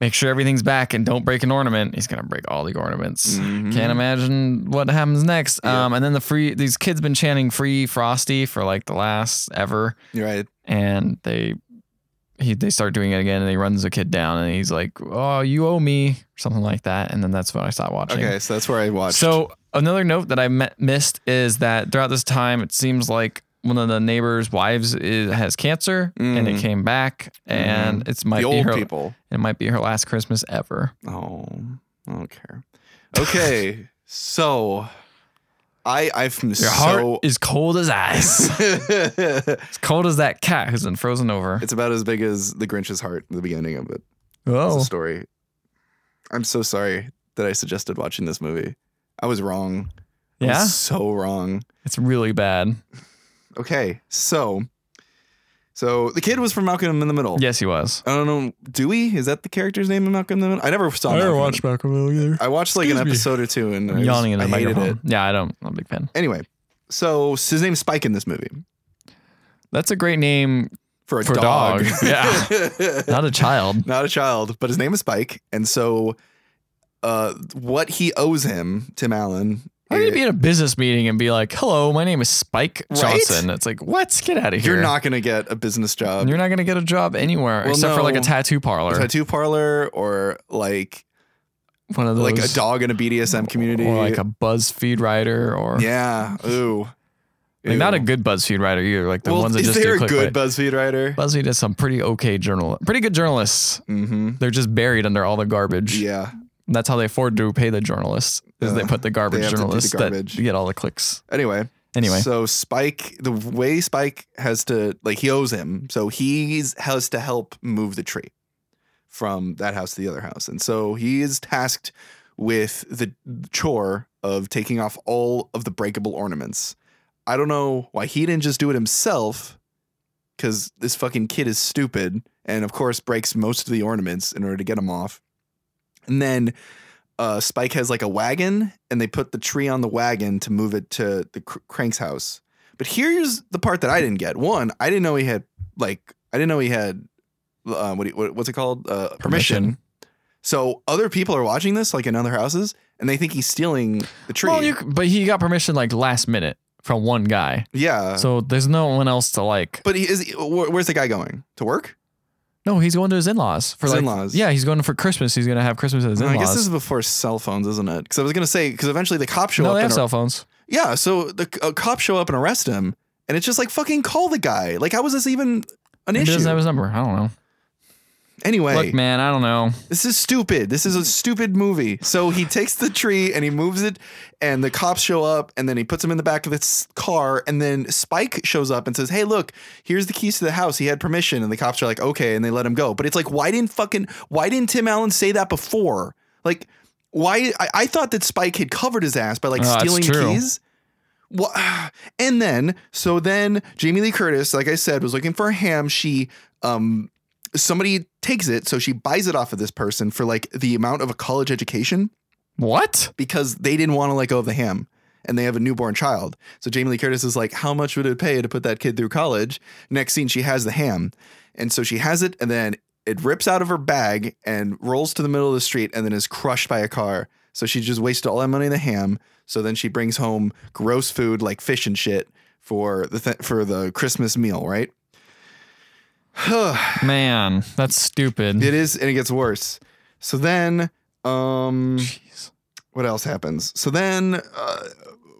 A: make sure everything's back and don't break an ornament, he's gonna break all the ornaments.
B: Mm-hmm.
A: Can't imagine what happens next.
B: Yeah.
A: Um, and then the free these kids been chanting "Free Frosty" for like the last ever,
B: You're right.
A: and they he they start doing it again, and he runs the kid down, and he's like, "Oh, you owe me," or something like that. And then that's when I stopped watching.
B: Okay, so that's where I watched.
A: So another note that I me- missed is that throughout this time, it seems like one of the neighbors' wives is, has cancer, and it
B: Mm.
A: came back, and it's might
B: the
A: be
B: old
A: her,
B: people.
A: it might be her last Christmas ever.
B: Oh, I don't care. Okay, so I I've been
A: Your
B: so
A: heart is cold as ice. It's cold as that cat who's been frozen over.
B: it's about as big as the Grinch's heart at the beginning of it. It's a
A: Oh,
B: story. I'm so sorry that I suggested watching this movie. I was wrong. I was
A: yeah,
B: so wrong.
A: it's really bad.
B: Okay, so so the kid was from Malcolm in the Middle.
A: Yes, he was.
B: I don't know. Dewey is that the character's name in Malcolm in the Middle? I never saw. Malcolm in the Middle.
A: Malcolm either.
B: I watched like
A: Excuse
B: an
A: me.
B: episode or two and I
A: I'm
B: was-
A: yawning in the
B: I hated
A: microphone.
B: it.
A: Yeah, I don't. I'm a big fan.
B: Anyway, so his name's Spike in this movie
A: That's a great name,
B: for a
A: For
B: dog.
A: dog,
B: Yeah,
A: not a child.
B: not a child, but his name is Spike, and so uh, what he owes him, Tim Allen. eh,
A: How do you
B: i-
A: be at a business meeting and be like, "Hello, my name is Spike
B: Right?
A: Johnson"? It's like, what? Get out of here.
B: you're not gonna get a business job,
A: You're not gonna get a job anywhere
B: Well,
A: except for like a
B: no.
A: tattoo
B: a
A: parlor.
B: tattoo parlor, or like
A: One of those,
B: like a dog in a BDSM community,
A: or like a BuzzFeed writer, or
B: yeah, ooh,
A: like not a
B: Ew.
A: good BuzzFeed writer either. Like the
B: well,
A: ones that
B: is
A: just
B: there
A: do
B: a
A: clickbait.
B: good BuzzFeed writer?
A: BuzzFeed has some pretty okay journal, pretty good journalists.
B: mm-hmm.
A: They're just buried under all the garbage.
B: Yeah,
A: And that's how they afford to pay the journalists. Is they
B: Uh,
A: put the garbage
B: have to do the
A: journalists
B: garbage.
A: that get all the clicks.
B: anyway.
A: Anyway,
B: So Spike, the way Spike has to like he owes him, so he's has to help move the tree from that house to the other house, and so he is tasked with the chore of taking off all of the breakable ornaments. I don't know why he didn't just do it himself, because this fucking kid is stupid, and of course breaks most of the ornaments in order to get them off. And then uh, Spike has like a wagon, and they put the tree on the wagon to move it to the cr- Crank's house. But here's the part that I didn't get. One, I didn't know he had like I didn't know he had uh, what, do you- what what's it called uh, permission. So other people are watching this, like in other houses, and they think he's stealing the tree.
A: Well, you, c- but he got permission like last minute from one guy,
B: yeah.
A: so there's no one else to like.
B: Uh. but he is. Where, where's the guy going to work?
A: No, he's going to his in-laws for
B: His
A: like
B: in-laws.
A: yeah, he's going for Christmas. He's gonna have Christmas at his
B: I
A: in-laws.
B: guess this is before cell phones, isn't it? Because I was gonna say because eventually the cops show
A: no,
B: up.
A: they
B: and
A: have
B: ar-
A: cell phones.
B: Yeah, so the c- uh, cops show up and arrest him, and it's just like fucking call the guy. Like, how was this even an
A: Maybe He
B: issue?
A: doesn't have his number. I don't know.
B: anyway,
A: Look, man, I don't know.
B: this is stupid. This is a stupid movie. So he takes the tree and he moves it, and the cops show up, and then he puts him in the back of this car, and then Spike shows up and says, "Hey, look, here's the keys to the house. He had permission." And the cops are like, "Okay," and they let him go. But it's like, why didn't fucking why didn't Tim Allen say that before? Like, why? I, I thought that Spike had covered his ass by like
A: Oh, that's
B: stealing
A: true.
B: keys. Wha- And then, so then Jamie Lee Curtis, like I said, was looking for a ham. She, um, somebody takes it, so she buys it off of this person for like the amount of a college education
A: What?
B: because they didn't want to let go of the ham and they have a newborn child. So Jamie Lee Curtis is like, How much would it pay to put that kid through college? Next scene, she has the ham. And so she has it, and then it rips out of her bag and rolls to the middle of the street and then is crushed by a car. So she just wasted all that money on the ham. So then she brings home gross food like fish and shit for the th- for the Christmas meal, right?
A: Man, that's stupid.
B: It is, and it gets worse. So then, um,
A: Jeez.
B: what else happens? So then, uh,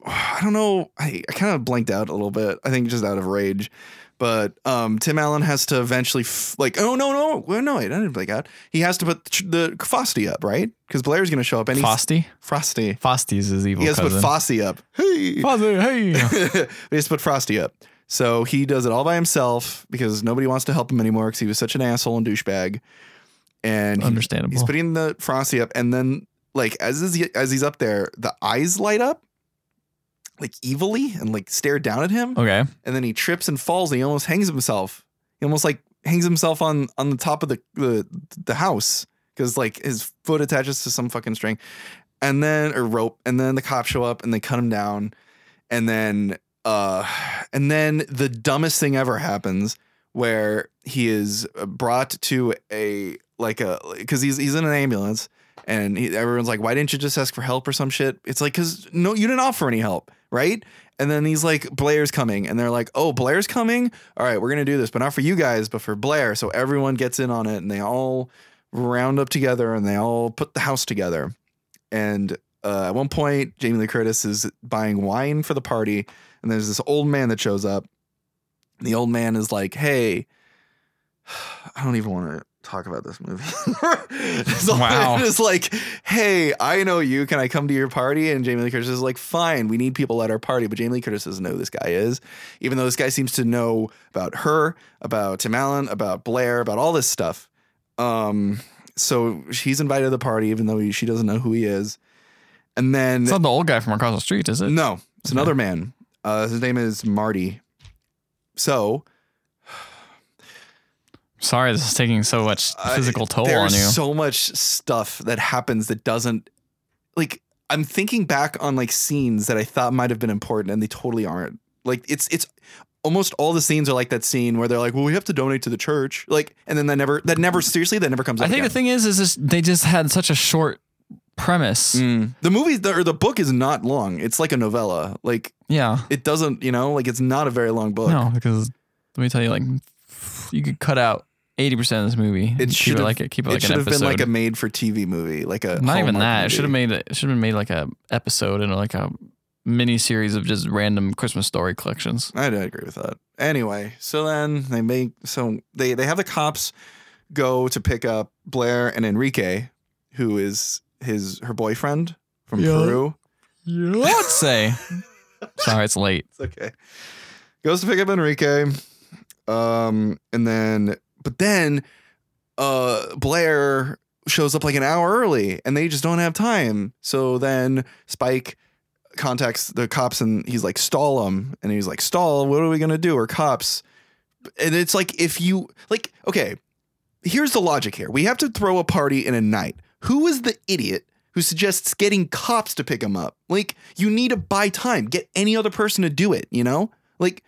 B: I don't know. I, I kind of blanked out a little bit. I think just out of rage. But um, Tim Allen has to eventually, f- like, oh no, no, well, no, I didn't blink out. He has to put the, tr- the Frosty up, right? Because Blair's going to show up, and he's
A: Fosty?
B: Frosty.
A: Fosty's his evil
B: He has to put
A: cousin.
B: Frosty up. Hey,
A: Fozzie, hey.
B: they just put Frosty up. So he does it all by himself because nobody wants to help him anymore because he was such an asshole and douchebag. And he-
A: Understandable.
B: he's putting the Frosty up, and then like as is, as he's up there, the eyes light up, like evilly and like stare down at him.
A: Okay.
B: And then he trips and falls and he almost hangs himself. He almost like hangs himself on on the top of the the, the house because like his foot attaches to some fucking string, and then or rope, and then the cops show up and they cut him down, and then uh, and then the dumbest thing ever happens where he is brought to a like a because he's he's in an ambulance and he, everyone's like, why didn't you just ask for help or some shit? It's like, cause no, you didn't offer any help, right? And then he's like, Blair's coming, and they're like, oh, Blair's coming. All right, we're gonna do this, but not for you guys, but for Blair. So everyone gets in on it, and they all round up together, and they all put the house together. And uh, at one point, Jamie Lee Curtis is buying wine for the party, and there's this old man that shows up. And the old man is like, hey, I don't even want to talk about this movie. so
A: Wow.
B: It's like, hey, I know you. Can I come to your party? And Jamie Lee Curtis is like, fine, we need people at our party. But Jamie Lee Curtis doesn't know who this guy is, even though this guy seems to know about her, about Tim Allen, about Blair, about all this stuff. Um, so she's invited to the party, even though he, she doesn't know who he is. And then
A: It's not the old guy from across the street, is it?
B: no, it's
A: Okay.
B: another man. Uh, his name is Marty. So
A: Sorry, this is taking so much
B: I-
A: physical toll on
B: There's
A: you.
B: so much stuff that happens that doesn't like I'm thinking back on like scenes that I thought might have been important and they totally aren't. Like it's it's almost all the scenes are like that scene where they're like, "Well, we have to donate to the church." Like and then that never that never seriously that never comes up.
A: I think the
B: again.
A: thing is, is this, they just had such a short premise.
B: Mm. the movie the, or the book is not long. It's like a novella. Like
A: Yeah.
B: it doesn't, you know, like it's not a very long book.
A: No, because let me tell you, like, you could cut out eighty percent of this movie. and keep
B: should've-
A: it like it. Keep it,
B: it
A: like
B: should
A: an
B: have
A: episode.
B: been like a made for TV movie, like a
A: Not even that.
B: Hallmark
A: It
B: movie.
A: should have made it. Should have been made like a episode and like a mini series of just random Christmas story collections.
B: I don't agree with that. Anyway, so then they make so they they have the cops go to pick up Blair and Enrique, who is his her boyfriend from
A: Yeah.
B: Peru.
A: Let's say. Sorry, it's late.
B: It's okay. Goes to pick up Enrique, um, and then but then uh Blair shows up like an hour early, and they just don't have time. So then Spike contacts the cops, and he's like, "Stall him," and he's like, "Stall, what are we gonna do? We're cops." And it's like if you like, okay, here's the logic here. We have to throw a party in a night. Who is the idiot who suggests getting cops to pick him up? Like, you need to buy time. Get any other person to do it, you know? Like,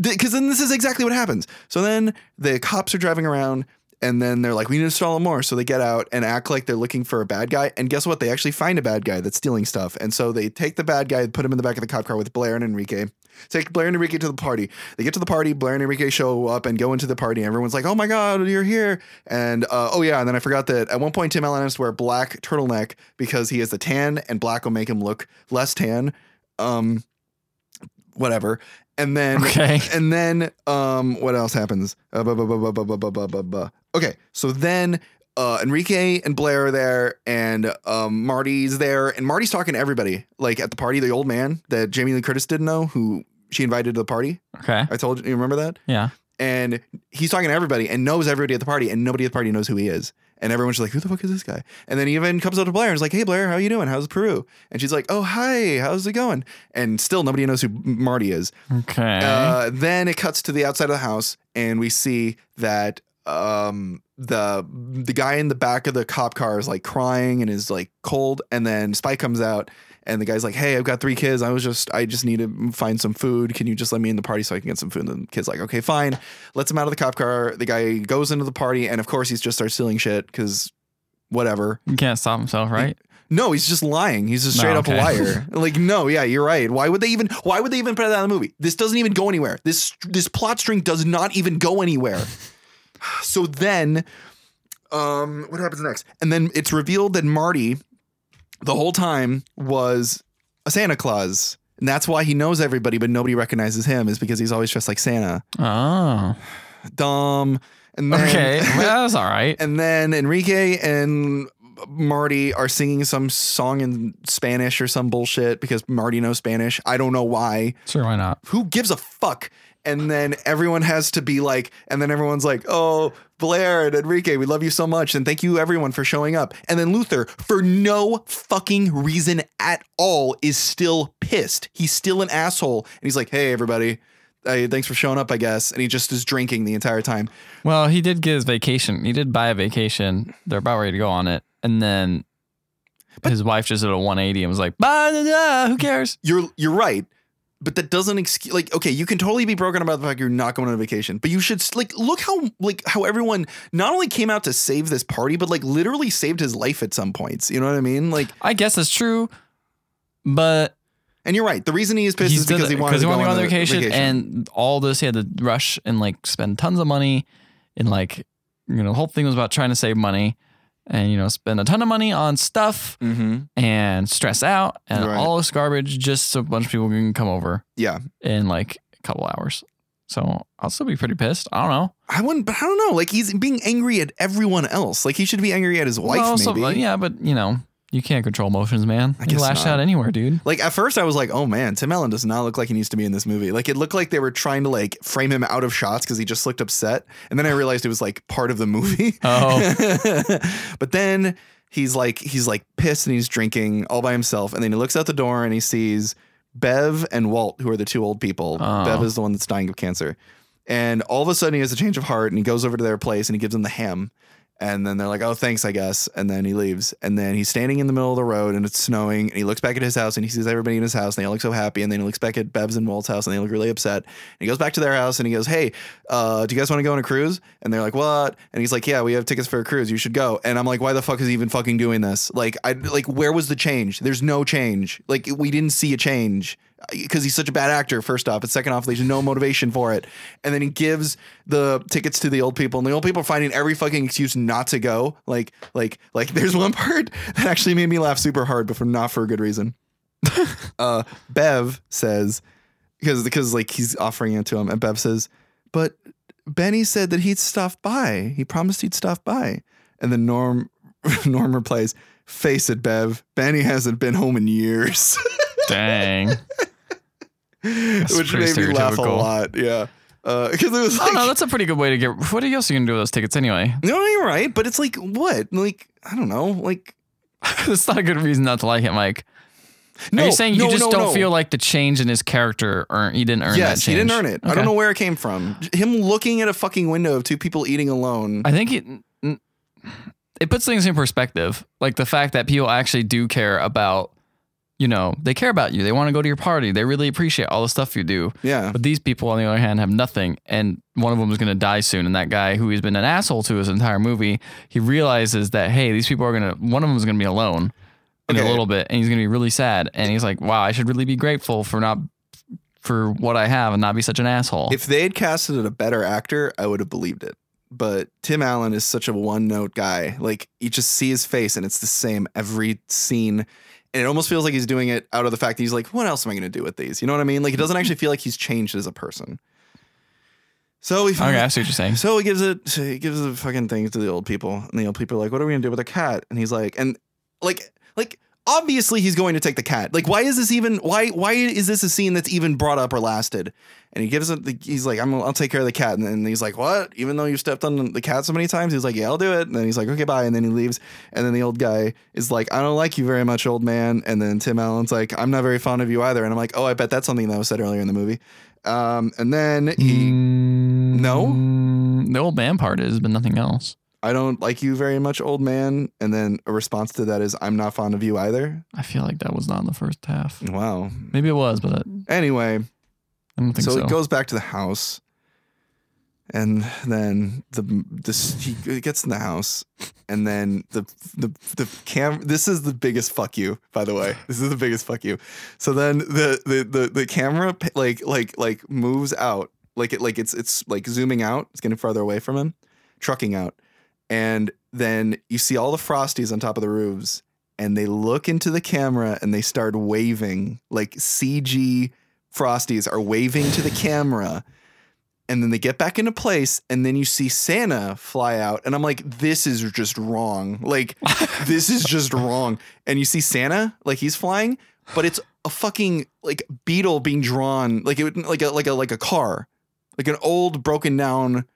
B: because then this is exactly what happens. So then the cops are driving around and then they're like, we need to stall him more. So they get out and act like they're looking for a bad guy. And guess what? They actually find a bad guy that's stealing stuff. And so they take the bad guy and put him in the back of the cop car with Blair and Enrique. Take Blair and Enrique to the party. They get to the party. Blair and Enrique show up and go into the party. Everyone's like, "Oh my god, you're here!" And uh, oh yeah, and then I forgot that at one point Tim Allen has to wear a black turtleneck because he is a tan, and black will make him look less tan. Um, whatever. And then
A: Okay.
B: and then um, what else happens? Uh, buh, buh, buh, buh, buh, buh, buh, buh, buh, buh. Okay, so then uh, Enrique and Blair are there, and um, Marty's there, and Marty's talking to everybody, like at the party. The old man that Jamie Lee Curtis didn't know, who she invited to the party.
A: Okay.
B: I told you, you remember that?
A: Yeah.
B: And he's talking to everybody and knows everybody at the party, and nobody at the party knows who he is. And everyone's just like, "Who the fuck is this guy?" And then he even comes up to Blair and is like, "Hey Blair, how you doing? How's Peru?" And she's like, "Oh hi, how's it going?" And still nobody knows who Marty is.
A: Okay.
B: Uh, then it cuts to the outside of the house, and we see that um, the the guy in the back of the cop car is like crying and is like cold. And then Spike comes out, and the guy's like, "Hey, I've got three kids. I was just I just need to find some food. Can you just let me in the party so I can get some food?" And the kid's like, "Okay, fine." Lets him out of the cop car. The guy goes into the party, and of course, he's just starts stealing shit because whatever.
A: he can't stop himself, right?
B: No, he's just lying. He's a
A: No,
B: straight
A: okay.
B: up liar. like, no, yeah, you're right. Why would they even? Why would they even put that in the movie? This doesn't even go anywhere. This this plot string does not even go anywhere. so then, um, what happens next? And then it's revealed that Marty, the whole time, was a Santa Claus, and that's why he knows everybody, but nobody recognizes him, is because he's always dressed like Santa.
A: Oh.
B: Dumb. And then,
A: Okay. well, that's all right.
B: and then Enrique and Marty are singing some song in Spanish or some bullshit because Marty knows Spanish. I don't know why.
A: Sure, why not?
B: Who gives a fuck? and then everyone has to be like, and then everyone's like, oh, Blair and Enrique, we love you so much, and thank you everyone for showing up. And then Luther, for no fucking reason at all, is still pissed. He's still an asshole, and he's like, hey, everybody. Hey, thanks for showing up, I guess. And he just is drinking the entire time.
A: Well, he did get his vacation. He did buy a vacation. They're about ready to go on it, and then his wife just did a 180 and was like, "Bah, da, da, "Who cares?"
B: You're you're right, but that doesn't excuse like okay, you can totally be broken about the fact you're not going on a vacation, but you should s- like look how like how everyone not only came out to save this party, but like literally saved his life at some points. You know what I mean? Like,
A: I guess that's true, but
B: and you're right. The reason he is pissed
A: he's
B: is because
A: did it
B: he wanted to go
A: to
B: on
A: go
B: the
A: vacation,
B: vacation,
A: and all this he had to rush and like spend tons of money, and like you know the whole thing was about trying to save money, and you know spend a ton of money on stuff
B: mm-hmm.
A: and stress out and
B: Right.
A: all this garbage just so a bunch of people can come over
B: yeah.
A: in like a couple hours. So I'll still be pretty pissed. I don't know.
B: I wouldn't, but I don't know. Like he's being angry at everyone else. Like he should be angry at his wife,
A: Well, so-
B: maybe.
A: yeah, but you know, you can't control emotions, man.
B: I
A: you
B: guess
A: lash
B: not.
A: out anywhere, dude.
B: Like at first, I was like, "Oh man, Tim Allen does not look like he needs to be in this movie." Like it looked like they were trying to like frame him out of shots because he just looked upset, and then I realized it was like part of the movie. Oh, but then he's like, he's like pissed and he's drinking all by himself, and then he looks out the door and he sees Bev and Walt, who are the two old people.
A: Oh.
B: Bev is the one that's dying of cancer, and all of a sudden he has a change of heart and he goes over to their place and he gives them the ham. And then they're like, oh, thanks, I guess. And then he leaves. And then he's standing in the middle of the road and it's snowing. And he looks back at his house and he sees everybody in his house and they all look so happy. And then he looks back at Bev's and Walt's house and they look really upset. And he goes back to their house and he goes, hey, uh, do you guys want to go on a cruise? And they're like, what? And he's like, yeah, we have tickets for a cruise. You should go. And I'm like, why the fuck is he even fucking doing this? Like, I like, where was the change? There's no change. Like, we didn't see a change because he's such a bad actor. First off, and second off, there's no motivation for it. And then he gives the tickets to the old people, and the old people are finding every fucking excuse not to go. Like, like, like. There's one part that actually made me laugh super hard, but for not for a good reason. uh, Bev says, because because like he's offering it to him, and Bev says, but Benny said that he'd stop by. He promised he'd stop by, and then Norm Norm replies. Face it, Bev. Benny hasn't been home in years.
A: Dang.
B: which
A: pretty
B: made me laugh a
A: stereotypical.
B: lot. Yeah, because it was
A: oh
B: like,
A: no, that's a pretty good way to get. What else you gonna do with those tickets anyway?
B: no, you're right, but it's like what? Like I don't know. Like
A: that's not a good reason not to like it, Mike.
B: no,
A: Are you saying
B: no,
A: you just
B: no,
A: don't
B: no.
A: feel like the change in his character? Or he didn't earn that
B: Yes,
A: change?
B: he didn't earn it. I
A: Okay.
B: don't know where it came from. Him looking at a fucking window of two people eating alone.
A: I think it n- it puts things in perspective, like the fact that people actually do care about, you know, they care about you. They want to go to your party. They really appreciate all the stuff you do.
B: yeah,
A: But these people, on the other hand, have nothing, and one of them is going to die soon. And that guy, who he's been an asshole to his entire movie, he realizes that hey, these people are going to. One of them is going to be alone in
B: Okay.
A: a little bit, and he's going to be really sad. And he's like, wow, I should really be grateful for not for what I have and not be such an asshole.
B: if they had casted a better actor, I would have believed it. But Tim Allen is such a one note guy. Like you just see his face, and it's the same every scene. And it almost feels like he's doing it out of the fact that he's like, "What else am I going to do with these?" You know what I mean? Like it doesn't actually feel like he's changed as a person. So we
A: okay, I see what you're saying.
B: so he gives it he gives the fucking things to the old people, and the old people are like, "What are we gonna do with a cat?" And he's like, "And like like obviously he's going to take the cat. Like why is this even why why is this a scene that's even brought up or lasted?" And he gives it. The, he's like, "I'm I'll take care of the cat." And then he's like, "What? Even though you stepped on the cat so many times?" He's like, "Yeah, I'll do it." And then he's like, "Okay, bye." And then he leaves. And then the old guy is like, "I don't like you very much, old man." And then Tim Allen's like, "I'm not very fond of you either." And I'm like, "Oh, I bet that's something that was said earlier in the movie." Um, and then
A: Hmm.
B: he.
A: No, Mm, the old man part is, but nothing else.
B: I don't like you very much, old man. And then a response to that is, I'm not fond of you either.
A: I feel like that was not in the first half.
B: Wow.
A: Maybe it was, but I
B: Anyway,
A: don't think
B: so,
A: so.
B: it goes back to the house. And then the this he gets in the house, and then the the the cam. This is the biggest fuck you, by the way. This is the biggest fuck you. So then the the the, the camera p- like like like moves out, like it like it's it's like zooming out. It's getting farther away from him, trucking out, and then you see all the frosties on top of the roofs, and they look into the camera and they start waving like CG Frosties are waving to the camera. And then they get back into place, and then you see Santa fly out. And I'm like, this is just wrong. Like, this is just wrong. And you see Santa, like he's flying, but it's a fucking like beetle being drawn, like it would like a like a like a car. like an old broken down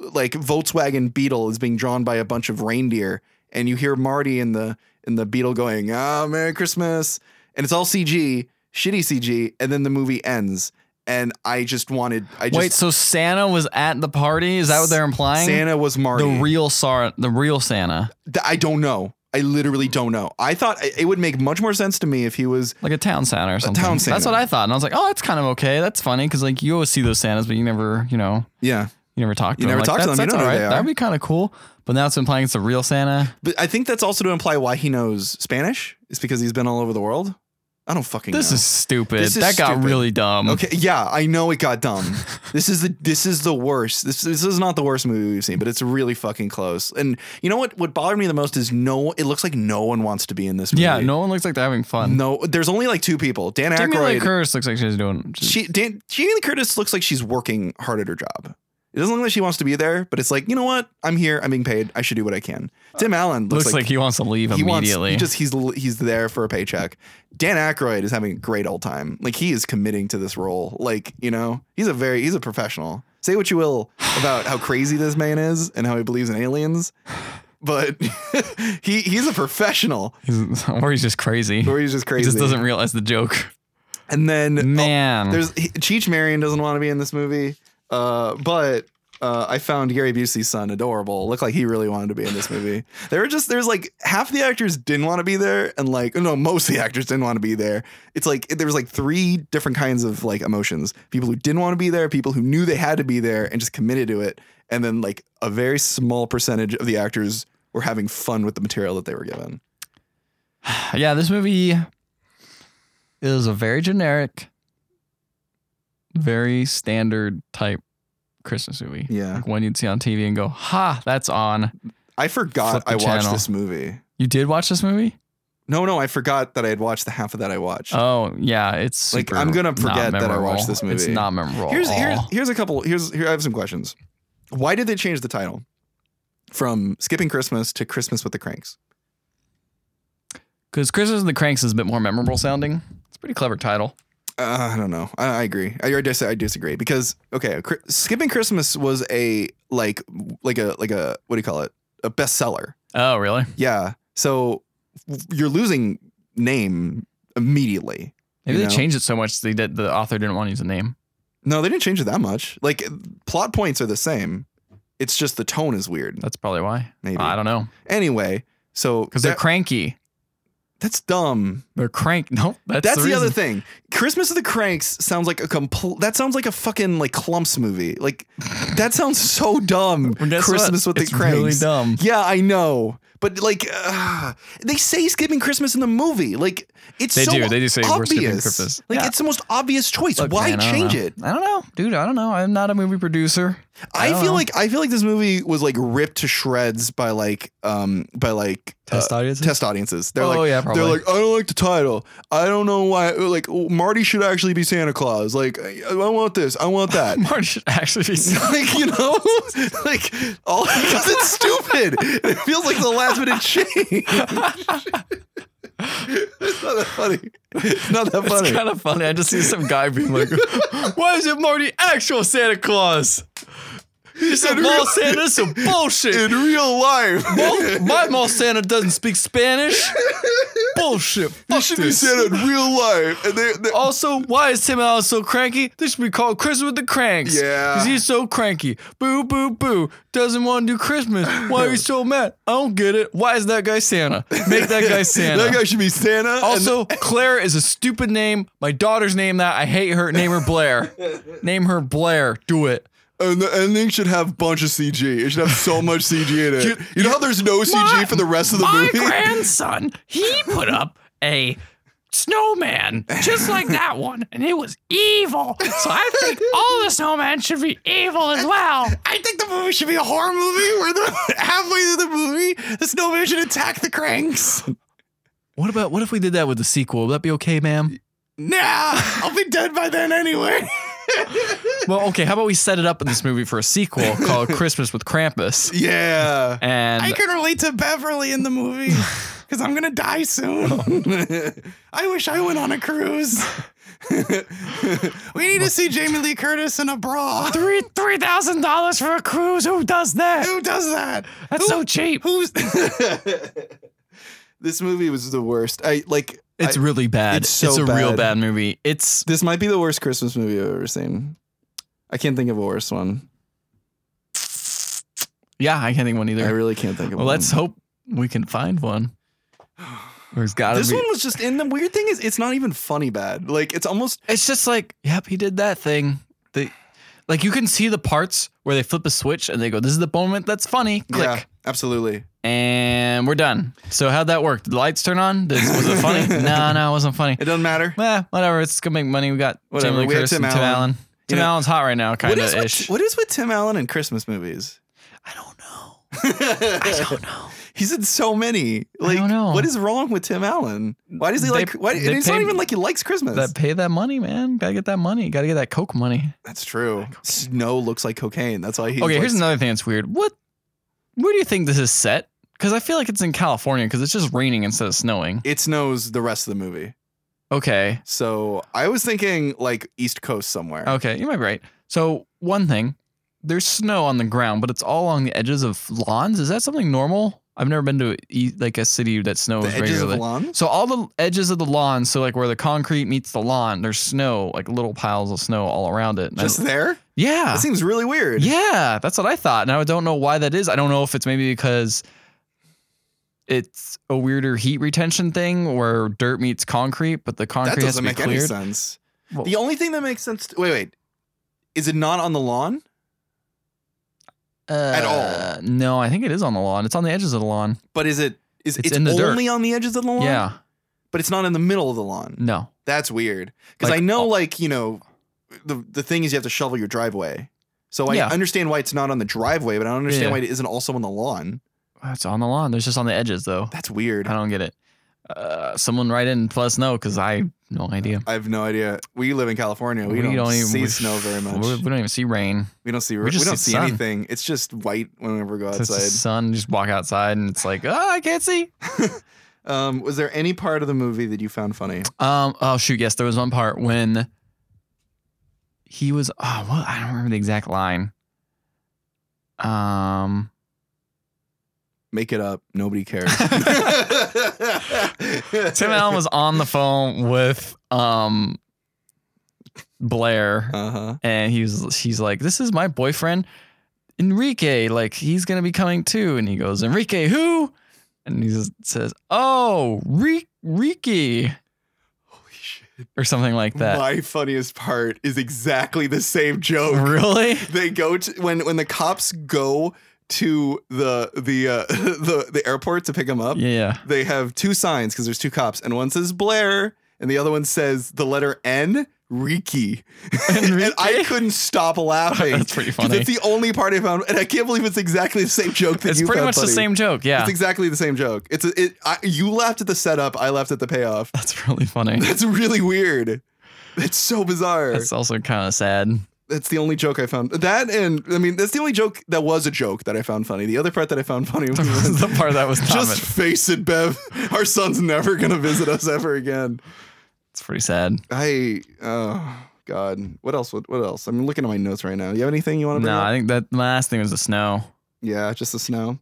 B: like Volkswagen Beetle is being drawn by a bunch of reindeer and you hear Marty in the in the Beetle going, "Ah, Merry Christmas." And it's all CG, shitty CG, and then the movie ends. And I just wanted I just
A: Wait, so Santa was at the party? Is that what they're implying?
B: Santa was Marty.
A: the real Sar, the real Santa,
B: Th- I don't know. I literally don't know. I thought it it would make much more sense to me if he was
A: like a town Santa or something.
B: town
A: That's
B: Santa.
A: what I thought, and I was like, oh, that's kind of okay. That's funny because like you always see those Santas, but you never, you know,
B: yeah.
A: you never talk to
B: You
A: them. Like,
B: never talk to
A: that's-
B: them. You
A: that's
B: don't know
A: all
B: who
A: right.
B: they are.
A: That'd be kind of cool. But now it's implying it's the real Santa.
B: But I think that's also to imply why he knows Spanish is because he's been all over the world. I don't fucking
A: This
B: know.
A: is stupid.
B: This is
A: that got
B: stupid.
A: really dumb.
B: okay. Yeah, I know it got dumb. this is the this is the worst. This this is not the worst movie we've seen, but it's really fucking close. And you know what? What bothered me the most is no. It looks like no one wants to be in this movie.
A: Yeah, no one looks like they're having fun.
B: No, there's only like two people. Dan
A: Jamie Lee
B: Aykroyd.
A: Curtis looks like she's doing. she's-
B: she Dan, Jamie Lee Curtis looks like she's working hard at her job. It doesn't look like she wants to be there, but it's like you know what? I'm here. I'm being paid. I should do what I can. Tim Allen
A: Uh, looks
B: looks,
A: like, he wants to leave
B: he wants-
A: immediately.
B: he just he's he's there for a paycheck. Dan Aykroyd is having a great old time. Like he is committing to this role. Like you know, he's a very he's a professional. Say what you will about how crazy this man is and how he believes in aliens, but he he's a professional.
A: He's- or he's just crazy.
B: Or he's just
A: He
B: crazy.
A: just doesn't realize the joke.
B: and then oh,
A: Man,
B: there's he, Cheech Marion doesn't want to be in this movie, uh, but. Uh, I found Gary Busey's son adorable. Looked like he really wanted to be in this movie. There were just there's like half the actors didn't want to be there, and like no, most of the actors didn't want to be there. It's like there was like three different kinds of like emotions: people who didn't want to be there, people who knew they had to be there and just committed to it, and then like a very small percentage of the actors were having fun with the material that they were given.
A: yeah, this movie is a very generic, very standard type Christmas movie.
B: Yeah,
A: Like one you'd see on TV and go, "Ha, that's on."
B: I forgot
A: Flip the
B: I watched
A: channel.
B: this movie.
A: You did watch this movie?
B: No, no, I forgot that I had watched the half of that I watched.
A: Oh yeah, it's
B: Like,
A: super
B: I'm gonna forget
A: not
B: that I
A: memorable.
B: watched
A: It's
B: this movie.
A: not memorable.
B: here's
A: at all.
B: here's here's a couple here's here I have some questions. Why did they change the title from Skipping Christmas to Christmas with the Cranks?
A: Because Christmas and the Cranks is a bit more memorable sounding. It's a pretty clever title.
B: Uh, I don't know. I, I agree. I, I, dis- I disagree because okay, Cri- Skipping Christmas was a like like a like a what do you call it? A bestseller.
A: Oh, really?
B: Yeah. So you're losing name immediately.
A: Maybe
B: You
A: they
B: know?
A: changed it so much they did, the author didn't want to use a name.
B: No, they didn't change it that much. Like plot points are the same. It's just the tone is weird.
A: That's probably why.
B: Maybe.
A: I don't know.
B: Anyway, so
A: Because they're
B: that-
A: cranky.
B: that's dumb.
A: They're crank. No, that's,
B: That's, the,
A: reason.
B: other thing. Christmas of the Cranks sounds like a complete. That sounds like a fucking like clumps movie. Like that sounds so dumb.
A: Well, guess
B: Christmas
A: what?
B: with
A: It's
B: the Cranks.
A: Really dumb.
B: Yeah, I know. But like, uh, they say skipping Christmas in the movie. Like it's
A: They
B: so
A: do. They do say
B: obvious.
A: we're skipping Christmas.
B: Like
A: Yeah.
B: it's the most obvious choice.
A: Look,
B: Why
A: man, I don't
B: change
A: know.
B: it?
A: I don't know, dude. I don't know. I'm not a movie producer.
B: I,
A: don't
B: feel
A: know.
B: like I feel like this movie was like ripped to shreds by like um by like
A: test
B: uh,
A: audience.
B: test audiences. They're
A: oh
B: like
A: yeah, probably.
B: They're like, I don't like the title. I don't know why. Like, Marty should actually be Santa Claus. Like, I I want this. I want that.
A: Marty should actually be.
B: like, you know, like all because it's stupid. It feels like the last minute change. it's not that funny. It's not that
A: It's
B: funny.
A: kind of funny. I just see some guy being like, "Why is it Marty actual Santa Claus? He's a
B: In
A: mall
B: real-
A: Santa. This is bullshit.
B: In real life,
A: Mall- my mall Santa doesn't speak Spanish. Bullshit.
B: you
A: Fuck
B: should be
A: this.
B: Santa in real life, and they, they,
A: Also, why is Tim Allen so cranky? This should be called Christmas with the Cranks.
B: Yeah.
A: Because he's so cranky. Boo, boo, boo. Doesn't want to do Christmas. Why are you so mad? I don't get it. Why is that guy Santa? Make that guy Santa.
B: that guy should be Santa. and-
A: also, Claire is a stupid name. My daughter's name that. I hate her. Name her Blair. name her Blair. Do it.
B: And the ending should have a bunch of CG. It should have so much CG in it. You, know how there's no CG
A: My-
B: for the rest of the
A: my
B: movie?
A: grandson, he put up a snowman just like that one, and it was evil. So I think all the snowmen should be evil as well.
B: I think the movie should be a horror movie where the halfway through the movie, the snowman should attack the cranks.
A: What about what if we did that with the sequel? Would that be okay, ma'am?
B: Nah, I'll be dead by then anyway.
A: Well, okay. How about we set it up in this movie for a sequel called Christmas with Krampus?
B: yeah.
A: And
B: I can relate to Beverly in the movie because I'm going to die soon. I wish I went on a cruise. we need to see Jamie Lee Curtis in a bra.
A: Three three thousand dollars for a cruise? Who does that?
B: Who does that?
A: That's
B: Who-
A: so cheap.
B: Who's This movie was the worst. I like
A: It's
B: I-
A: really bad.
B: it's so
A: a real
B: bad.
A: bad movie. It's
B: this might be the worst Christmas movie I've ever seen. I can't think of a worse one.
A: yeah, I can't think of one either.
B: I really can't think of
A: well,
B: one.
A: let's hope we can find one. There's gotta
B: This
A: be.
B: one was just and the weird thing is it's not even funny bad. Like it's almost
A: it's just like, yep, he did that thing. They, like you can see the parts where they flip a switch and they go, "This is the moment that's funny." Click,
B: Yeah, absolutely.
A: and we're done. So how'd that work? Did the lights turn on? Did, was it funny? no, no, it wasn't funny.
B: It doesn't matter.
A: Eh, whatever. It's gonna make money. We got
B: Whatever,
A: Jamie Lee
B: we had
A: Curtis
B: Tim
A: and Tim
B: Allen.
A: Allen. Tim
B: know-
A: Allen's hot right now,
B: What
A: kind
B: is
A: of
B: with-
A: ish.
B: what is with Tim Allen and Christmas movies?
A: I don't know. I
B: I
A: don't know.
B: He's in so many. Like,
A: don't know.
B: what is wrong with Tim Allen? Why does he
A: They-
B: like? Why, and
A: they
B: it's
A: pay-
B: not even like he likes Christmas.
A: That pay that money, man. Gotta get that money. Gotta get that Coke money.
B: That's true. Snow looks like cocaine. That's why he.
A: okay,
B: like,
A: here's another thing that's weird. What? Where do you think this is set? Because I feel like it's in California because it's just raining instead of snowing.
B: It snows the rest of the movie.
A: Okay.
B: So I was thinking like East Coast somewhere.
A: Okay, you might be right. So one thing, there's snow on the ground, but it's all along the edges of lawns. Is that something normal? I've never been to e- like a city that snows
B: the edges
A: regularly.
B: of lawns.
A: so all the edges of the lawn, so like where the concrete meets the lawn, there's snow, like little piles of snow all around it. And I-
B: Just there.
A: yeah,
B: That seems really weird.
A: Ah. yeah, that's what I thought, and I don't know why that is. I don't know if it's maybe because it's a weirder heat retention thing where dirt meets concrete, but the
B: that
A: concrete has to
B: doesn't
A: be
B: make any
A: cleared. Oh.
B: sense.
A: Well-
B: the only thing that makes sense. To, wait, wait. Is it not on the lawn?
A: At
B: all.
A: Uh, No, I think it is on the lawn. It's on the edges of the lawn.
B: But is it? Is
A: It's
B: it's,
A: in the dirt.
B: only on the edges of the lawn?
A: Yeah.
B: But it's not in the middle of the lawn.
A: No.
B: That's weird. Because
A: Like, oh.
B: I know,
A: all-
B: like, you know, the the thing is you have to shovel your driveway. So I
A: Yeah.
B: understand why it's not on the driveway, but I don't understand
A: Yeah.
B: why it isn't also on the lawn.
A: It's on the lawn. There's just on the edges though.
B: That's weird.
A: I don't get it. Uh, someone write in and let us know because I no idea.
B: I have no idea. We live in California. We, don't, see snow very much.
A: We, we don't even see rain.
B: We don't see
A: we
B: we,
A: just
B: don't
A: see
B: see,
A: sun.
B: anything. It's just white whenever we go
A: It's just
B: outside.
A: sun. Just walk outside and it's like, oh, I can't see.
B: Um, was there any part of the movie that you found funny?
A: Um. Oh shoot. Yes, there was one part when he was. Oh, what? I don't remember the exact line. Um.
B: Make it up. Nobody cares.
A: Tim Allen was on the phone with um Blair.
B: Uh-huh.
A: and he was she's like this is my boyfriend enrique like he's gonna be coming too and he goes enrique who and he just says oh Re- ricky
B: Holy shit.
A: or something like that
B: My funniest part is exactly the same joke.
A: really
B: they go to when when the cops go to the the uh, the the airport to pick him up.
A: yeah
B: They have two signs because there's two cops, and one says Blair, and the other one says the letter N. Ricky.
A: Enrique?
B: and I couldn't stop laughing.
A: That's pretty
B: 'Cause
A: funny.
B: It's the only part I found, and I can't believe it's exactly the same joke that
A: it's
B: you
A: pretty
B: found
A: much the
B: funny.
A: same joke yeah
B: It's exactly the same joke. It's a, it. I, you laughed at the setup. I laughed at the payoff.
A: that's really funny
B: That's really weird. It's so bizarre.
A: that's also kind of sad
B: That's the only joke I found. That and I mean, that's the only joke that was a joke that I found funny. The other part that I found funny was
A: was the part that was not
B: just
A: meant-
B: face it, Bev. Our son's never gonna visit us ever again.
A: it's pretty sad
B: I oh god, what else? What, what else? I'm looking at my notes right now. You have anything you want to bring
A: no i
B: up?
A: think that the last thing was the snow
B: Yeah, just the snow.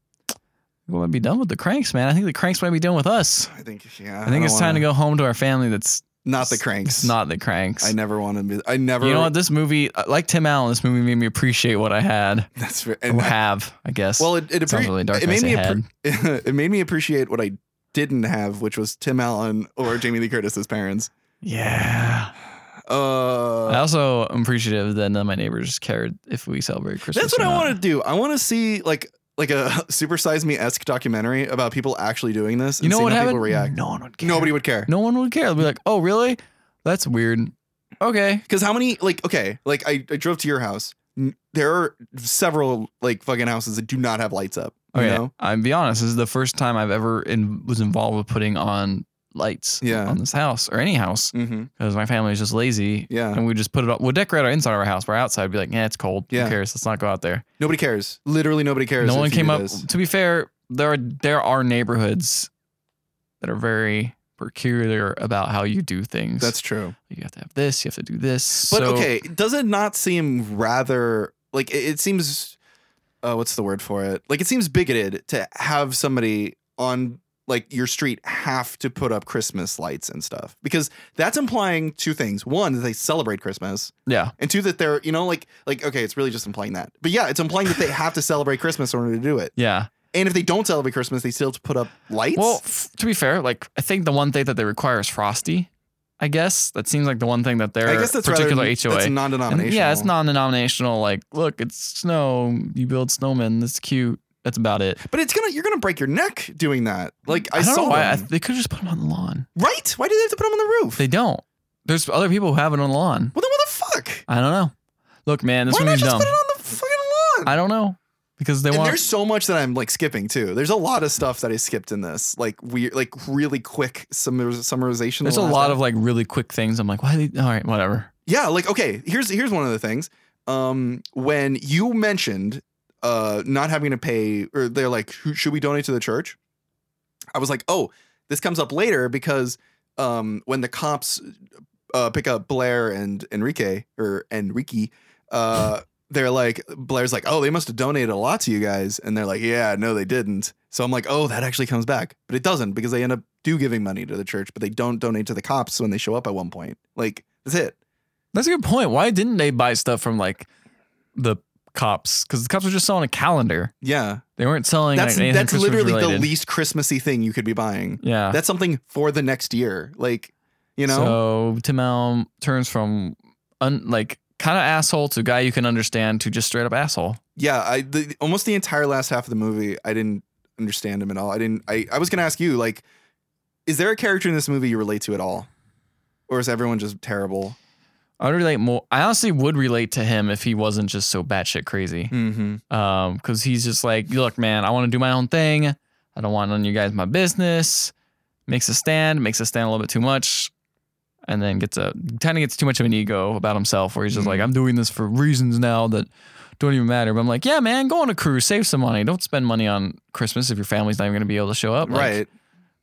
A: we might be done with the cranks man i think the cranks might be done with us
B: I think yeah.
A: i think it's time to go home to our family that's
B: Not the cranks.
A: not the cranks
B: I never want to be. I never.
A: You know what? This movie, uh, like Tim Allen, this movie made me appreciate what I had
B: That's fair. and uh,
A: or have, I guess.
B: Well, it, it,
A: Oh, Sounds
B: appre-
A: really dark
B: it
A: when I
B: made
A: say
B: me appre- it made me appreciate what I didn't have, which was Tim Allen or Jamie Lee Curtis's parents.
A: yeah.
B: Uh,
A: I also am appreciative that none of my neighbors cared if we celebrate Christmas.
B: that's what
A: or
B: I
A: not.
B: want to do. I want to see like like a Super Size Me esque documentary about people actually doing this. And
A: You know
B: seeing
A: what
B: how
A: happened?
B: People react.
A: No one would care.
B: Nobody would care.
A: No one would care. They'd be like, "Oh, really? That's weird." Okay.
B: Because how many like okay like I, I drove to your house. N- There are several like fucking houses that do not have lights up. You
A: Okay.
B: know?
A: I'll be honest. This is the first time I've ever in, was involved with putting on lights
B: Yeah.
A: on this house or any house
B: Mm-hmm.
A: because my family's just lazy.
B: Yeah.
A: And we just put it up. We'll decorate our inside of our house. We're outside. We'd be like, yeah, it's cold.
B: Yeah.
A: Who cares? Let's not go out there.
B: Nobody cares. Literally nobody cares.
A: No
B: if
A: one
B: you
A: came
B: do
A: up.
B: this.
A: To be fair, there are there are neighborhoods that are very peculiar about how you do things.
B: That's true.
A: you have to have this, you have to do this.
B: But
A: so,
B: okay, does it not seem rather like it, it seems? Uh, what's the word for it? Like it seems bigoted to have somebody on like your street have to put up Christmas lights and stuff because that's implying two things: one, that they celebrate Christmas,
A: yeah,
B: and two, that they're you know like like okay, it's really just implying that. But yeah, it's implying that they have to celebrate Christmas in order to do it.
A: yeah.
B: And if they don't celebrate Christmas, they still have to put up lights.
A: Well, f- to be fair, like I think the one thing that they require is frosty. I guess that seems like the one thing that they're
B: I guess that's
A: particular
B: rather,
A: HOA.
B: That's
A: And
B: non-denominational.
A: yeah, it's non-denominational. Like, look, it's snow. You build snowmen. That's cute. That's about it.
B: But it's gonna you're gonna break your neck doing that. Like I,
A: don't
B: saw
A: know why I-
B: them.
A: they could have just put them on the lawn.
B: Right? Why do they have to put them on the roof?
A: They don't. There's other people who have it on the lawn.
B: well, then what the fuck?
A: I don't know. Look, man, this
B: Why not
A: movie's
B: just
A: dumb.
B: put it on the fucking lawn?
A: I don't know because they
B: and
A: want.
B: there's so much that I'm like skipping too. There's a lot of stuff that I skipped in this, like weird, like really quick summar- summarization.
A: There's a lot of like really quick things. I'm like, why? They, all right, whatever.
B: yeah. Like okay, here's here's one of the things. Um, when you mentioned uh not having to pay, or they're like, "Who- should we donate to the church? I was like, oh, this comes up later because um when the cops uh, pick up Blair and Enrique or Enrique. Uh, they're like, Blair's like, oh, they must have donated a lot to you guys. And they're like, yeah, no, they didn't. So I'm like, oh, that actually comes back. But it doesn't because they end up do giving money to the church, but they don't donate to the cops when they show up at one point. Like, that's it.
A: That's a good point. Why didn't they buy stuff from like the cops? Because the cops were just selling a calendar.
B: Yeah.
A: They weren't selling.
B: That's
A: like, anything
B: that's
A: Christmas
B: literally the
A: related.
B: least Christmassy thing you could be buying.
A: Yeah.
B: That's something for the next year. Like, you know?
A: So Timel turns from un, like kind of asshole to guy you can understand to just straight up asshole.
B: yeah i the, almost the entire last half of the movie i didn't understand him at all i didn't i, I was going to ask you like is there a character in this movie you relate to at all or is everyone just terrible
A: I would relate more. I honestly would relate to him if he wasn't just so batshit crazy.
B: mm-hmm.
A: Um, because he's just like, look, man, I want to do my own thing. I don't want none of you guys my business. Makes a stand, makes a stand a little bit too much, and then gets a kind of gets too much of an ego about himself, where he's just
B: Mm.
A: like, I'm doing this for reasons now that don't even matter. But I'm like, yeah, man, go on a cruise, save some money. Don't spend money on Christmas if your family's not even gonna be able to show up. Like,
B: right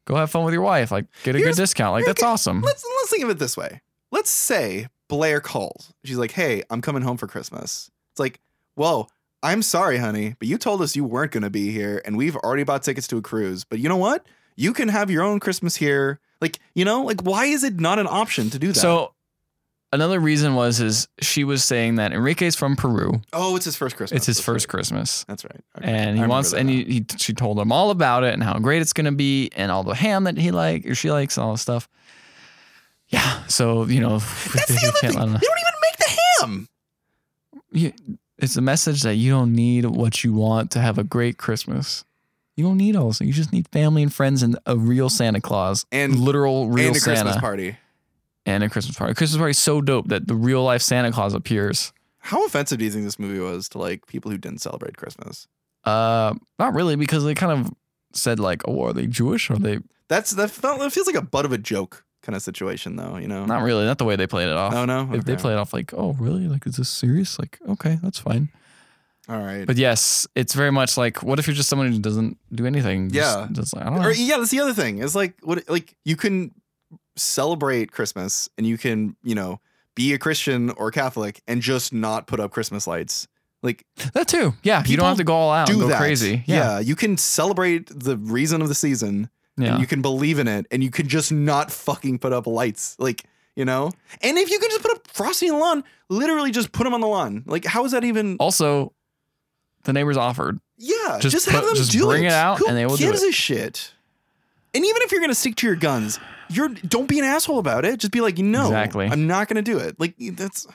A: go have fun with your wife. Like, get a
B: Here's-
A: good discount. Like,
B: here-
A: that's awesome.
B: let's let's think of it this way let's say blair calls she's like hey i'm coming home for christmas it's like whoa i'm sorry honey but you told us you weren't going to be here and we've already bought tickets to a cruise but you know what you can have your own christmas here like you know like why is it not an option to do that
A: So, another reason was is she was saying that Enrique's from Peru.
B: Oh, it's his first Christmas.
A: It's his
B: That's
A: first
B: right.
A: Christmas,
B: That's right. Okay. I
A: and he
B: remember
A: wants.
B: that
A: And
B: now.
A: he, he she told him all about it and how great it's gonna be and all the ham that he like or she likes and all this stuff. Yeah. So you know,
B: That's the
A: you
B: other thing.
A: can't
B: They
A: let
B: don't even
A: him-
B: make the ham.
A: you- it's a message that you don't need what you want to have a great Christmas. You don't need all this. You just need family and friends and a real Santa Claus
B: And-
A: literal real
B: and a
A: Santa.
B: Christmas party.
A: and a Christmas party. Christmas party is so dope that the real life Santa Claus appears.
B: How offensive do you think this movie was to like people who didn't celebrate Christmas?
A: Uh, not really because they kind of said like, oh, are they Jewish? Are they
B: That's that felt that feels like a butt of a joke kind of situation though, you know.
A: not really? Not the way they played it off.
B: Oh no.
A: If they
B: Okay.
A: play it off like, oh, really? Like, is this serious? Like, okay, that's fine.
B: All right.
A: But yes, it's very much like, what if you're just someone who doesn't do anything? Just-
B: Yeah.
A: just like, I don't know.
B: or e- yeah, that's the other thing. It's like what like you can celebrate Christmas and you can, you know, be a Christian or Catholic and just not put up Christmas lights. Like
A: that too. Yeah, you
B: People
A: don't have to go all out
B: do
A: and go
B: that.
A: crazy.
B: yeah, you can celebrate the reason of the season
A: yeah.
B: and you can believe in it and you can just not fucking put up lights like you know and if you can just put up frosty on the lawn literally just put them on the lawn like how is that even
A: also, the neighbors offered.
B: yeah just,
A: just
B: have
A: put-
B: them
A: just
B: do
A: bring
B: it,
A: it out
B: Who
A: and they will do
B: gives a shit and even if you're gonna stick to your guns you're don't be an asshole about it just be like no
A: Exactly.
B: i'm not gonna do it like that's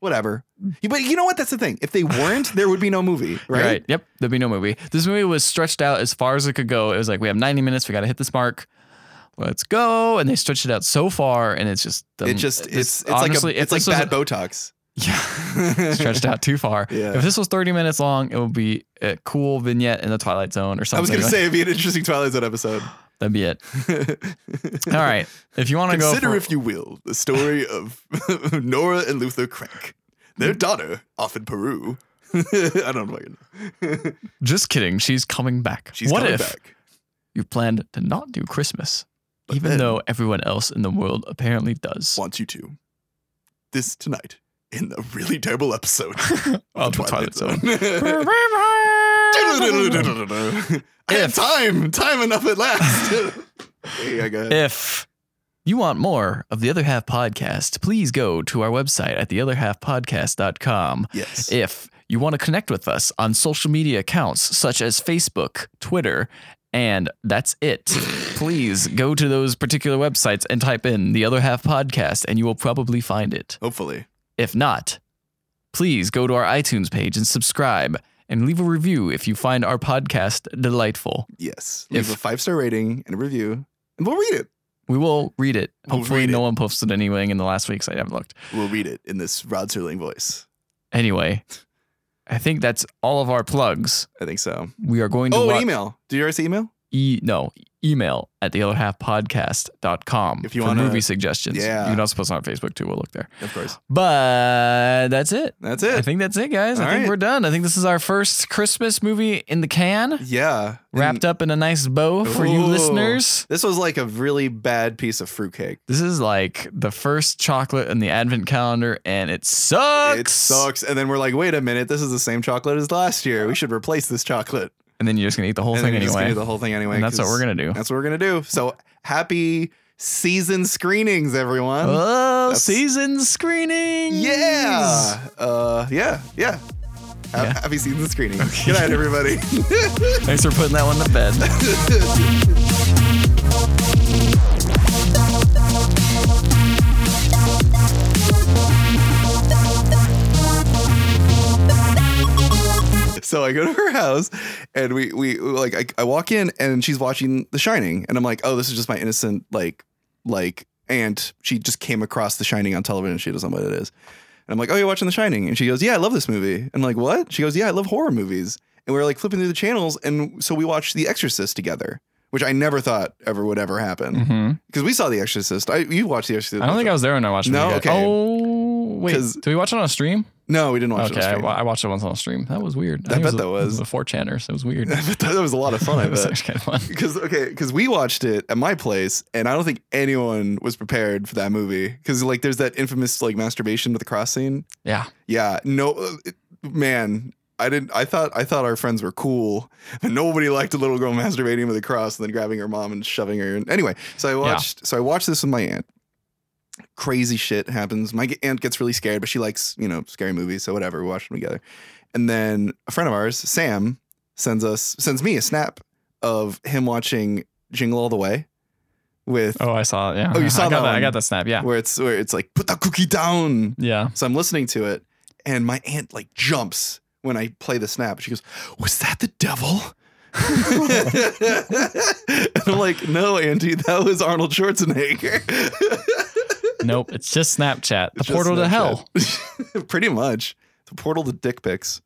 B: whatever but you know what that's the thing if they weren't there would be no movie
A: Right.
B: right
A: Yep. There'd be no movie. This movie was stretched out as far as it could go. It was like, we have 90 minutes. We got to hit this mark. Let's go. And they stretched it out so far. And it's just, the-
B: it just
A: this-
B: it's it's
A: honestly,
B: like a,
A: if
B: it's like
A: this was-
B: bad botox
A: Yeah. stretched out too far.
B: Yeah.
A: If this was 30 minutes long, it would be a cool vignette in the Twilight Zone or something.
B: i was gonna
A: Like,
B: say it'd be an interesting twilight zone episode
A: That'd be it.
B: All
A: All right. If you want to go.
B: Consider,
A: for-
B: if you will, the story of Nora and Luther Crank, their daughter, off in Peru. I don't fucking know.
A: Just kidding. She's coming back.
B: She's
A: what
B: coming
A: if
B: back.
A: you planned to not do Christmas,
B: But
A: even
B: then
A: though everyone else in the world apparently does.
B: wants you to. This tonight in the really terrible episode
A: Of
B: of
A: the Twilight
B: Zone. I have
A: If-
B: time, time enough at last. hey, I got
A: if you want more of the Other Half Podcast, please go to our website at theotherhalfpodcast.com.
B: yes.
A: If you want to connect with us on social media accounts such as Facebook, Twitter, and that's it. Please go to those particular websites and type in the other half podcast, and you will probably find it.
B: Hopefully,
A: If not, please go to our iTunes page and subscribe and leave a review if you find our podcast delightful.
B: yes. Leave
A: If-
B: a five star rating and a review, and we'll read it.
A: We will read it.
B: We'll
A: Hopefully,
B: read
A: no
B: it.
A: one posted anything in the last weeks. I haven't looked.
B: We'll read it in this Rod Serling voice.
A: Anyway, I think that's all of our plugs.
B: I think so.
A: We are going to
B: Oh,
A: wa-
B: an email. Did you ever see email?
A: e no email at the other half podcast.com
B: If you
A: for
B: wanna-
A: movie suggestions.
B: Yeah.
A: You can also post on our Facebook too. We'll look there.
B: Of course.
A: But that's it.
B: That's
A: I
B: it.
A: think that's it, guys. I
B: All
A: think
B: right.
A: we're done. I think this is our first Christmas movie in the can,
B: Yeah.
A: wrapped up in a nice bow for you
B: Ooh.
A: listeners.
B: This was like a really bad piece of fruitcake.
A: This is like the first chocolate in the advent calendar, and it sucks.
B: It sucks. And then we're like, wait a minute, this is the same chocolate as last year. We should replace this chocolate.
A: And then you're just gonna eat the whole
B: and
A: thing
B: then you just
A: anyway.
B: do the whole thing anyway.
A: and that's what
B: 'cause
A: we're gonna do.
B: That's what we're gonna do. So happy season screenings, everyone.
A: Oh,
B: that's-
A: season screening.
B: yeah. Uh, yeah. Yeah. Ha-
A: Yeah.
B: Happy season screenings. Good night, everybody.
A: Thanks for putting that one to bed.
B: so I go to her house and we we like I, I walk in and she's watching The Shining and I'm like, oh, this is just my innocent like like aunt. She just came across The Shining on television. She doesn't know what it is. And I'm like, oh, you're watching The Shining. And she goes, yeah, I love this movie. And I'm like, what? She goes, yeah, I love horror movies. And we were like flipping through the channels. And so we watched The Exorcist together, which I never thought ever would ever happen
A: hmm
B: because we saw The Exorcist. I, you watched The Exorcist.
A: I don't think I was there when I watched it.
B: No?
A: Okay.
B: Okay.
A: Oh, wait.
B: 'Cause-
A: Did we watch it on a stream?
B: No, we didn't watch
A: okay.
B: it.
A: I,
B: on stream.
A: wa- I watched it once on a stream. That was weird.
B: I
A: think it
B: bet
A: a-
B: that was.
A: It was a 4chaners. It was weird.
B: I bet that was a lot of fun. I
A: It was
B: bet.
A: actually kind of fun.
B: Because okay, because we watched it at my place, and I don't think anyone was prepared for that movie. Because like, there's that infamous like masturbation with the cross scene.
A: Yeah.
B: Yeah, no, uh, it- man, I didn't. I thought I thought our friends were cool, but nobody liked a little girl masturbating with a cross and then grabbing her mom and shoving her. And anyway, so I watched. So I watched this with my aunt. Crazy shit happens. My g- aunt gets really scared, but she likes you know scary movies, so whatever. We watched them together, and then a friend of ours, Sam, sends us sends me a snap of him watching Jingle All the Way with
A: Oh, I saw it. Yeah.
B: Oh, you
A: I
B: saw
A: got
B: that
A: I
B: one.
A: got that snap. Yeah.
B: where it's where it's like put the cookie down.
A: Yeah.
B: So I'm listening to it, and my aunt like jumps when I play the snap. She goes, "Was that the devil?" and I'm like, "No, Auntie, that was Arnold Schwarzenegger."
A: Nope. It's just Snapchat. The
B: Just
A: portal to
B: Snapchat.
A: hell.
B: Pretty much, the portal to dick pics.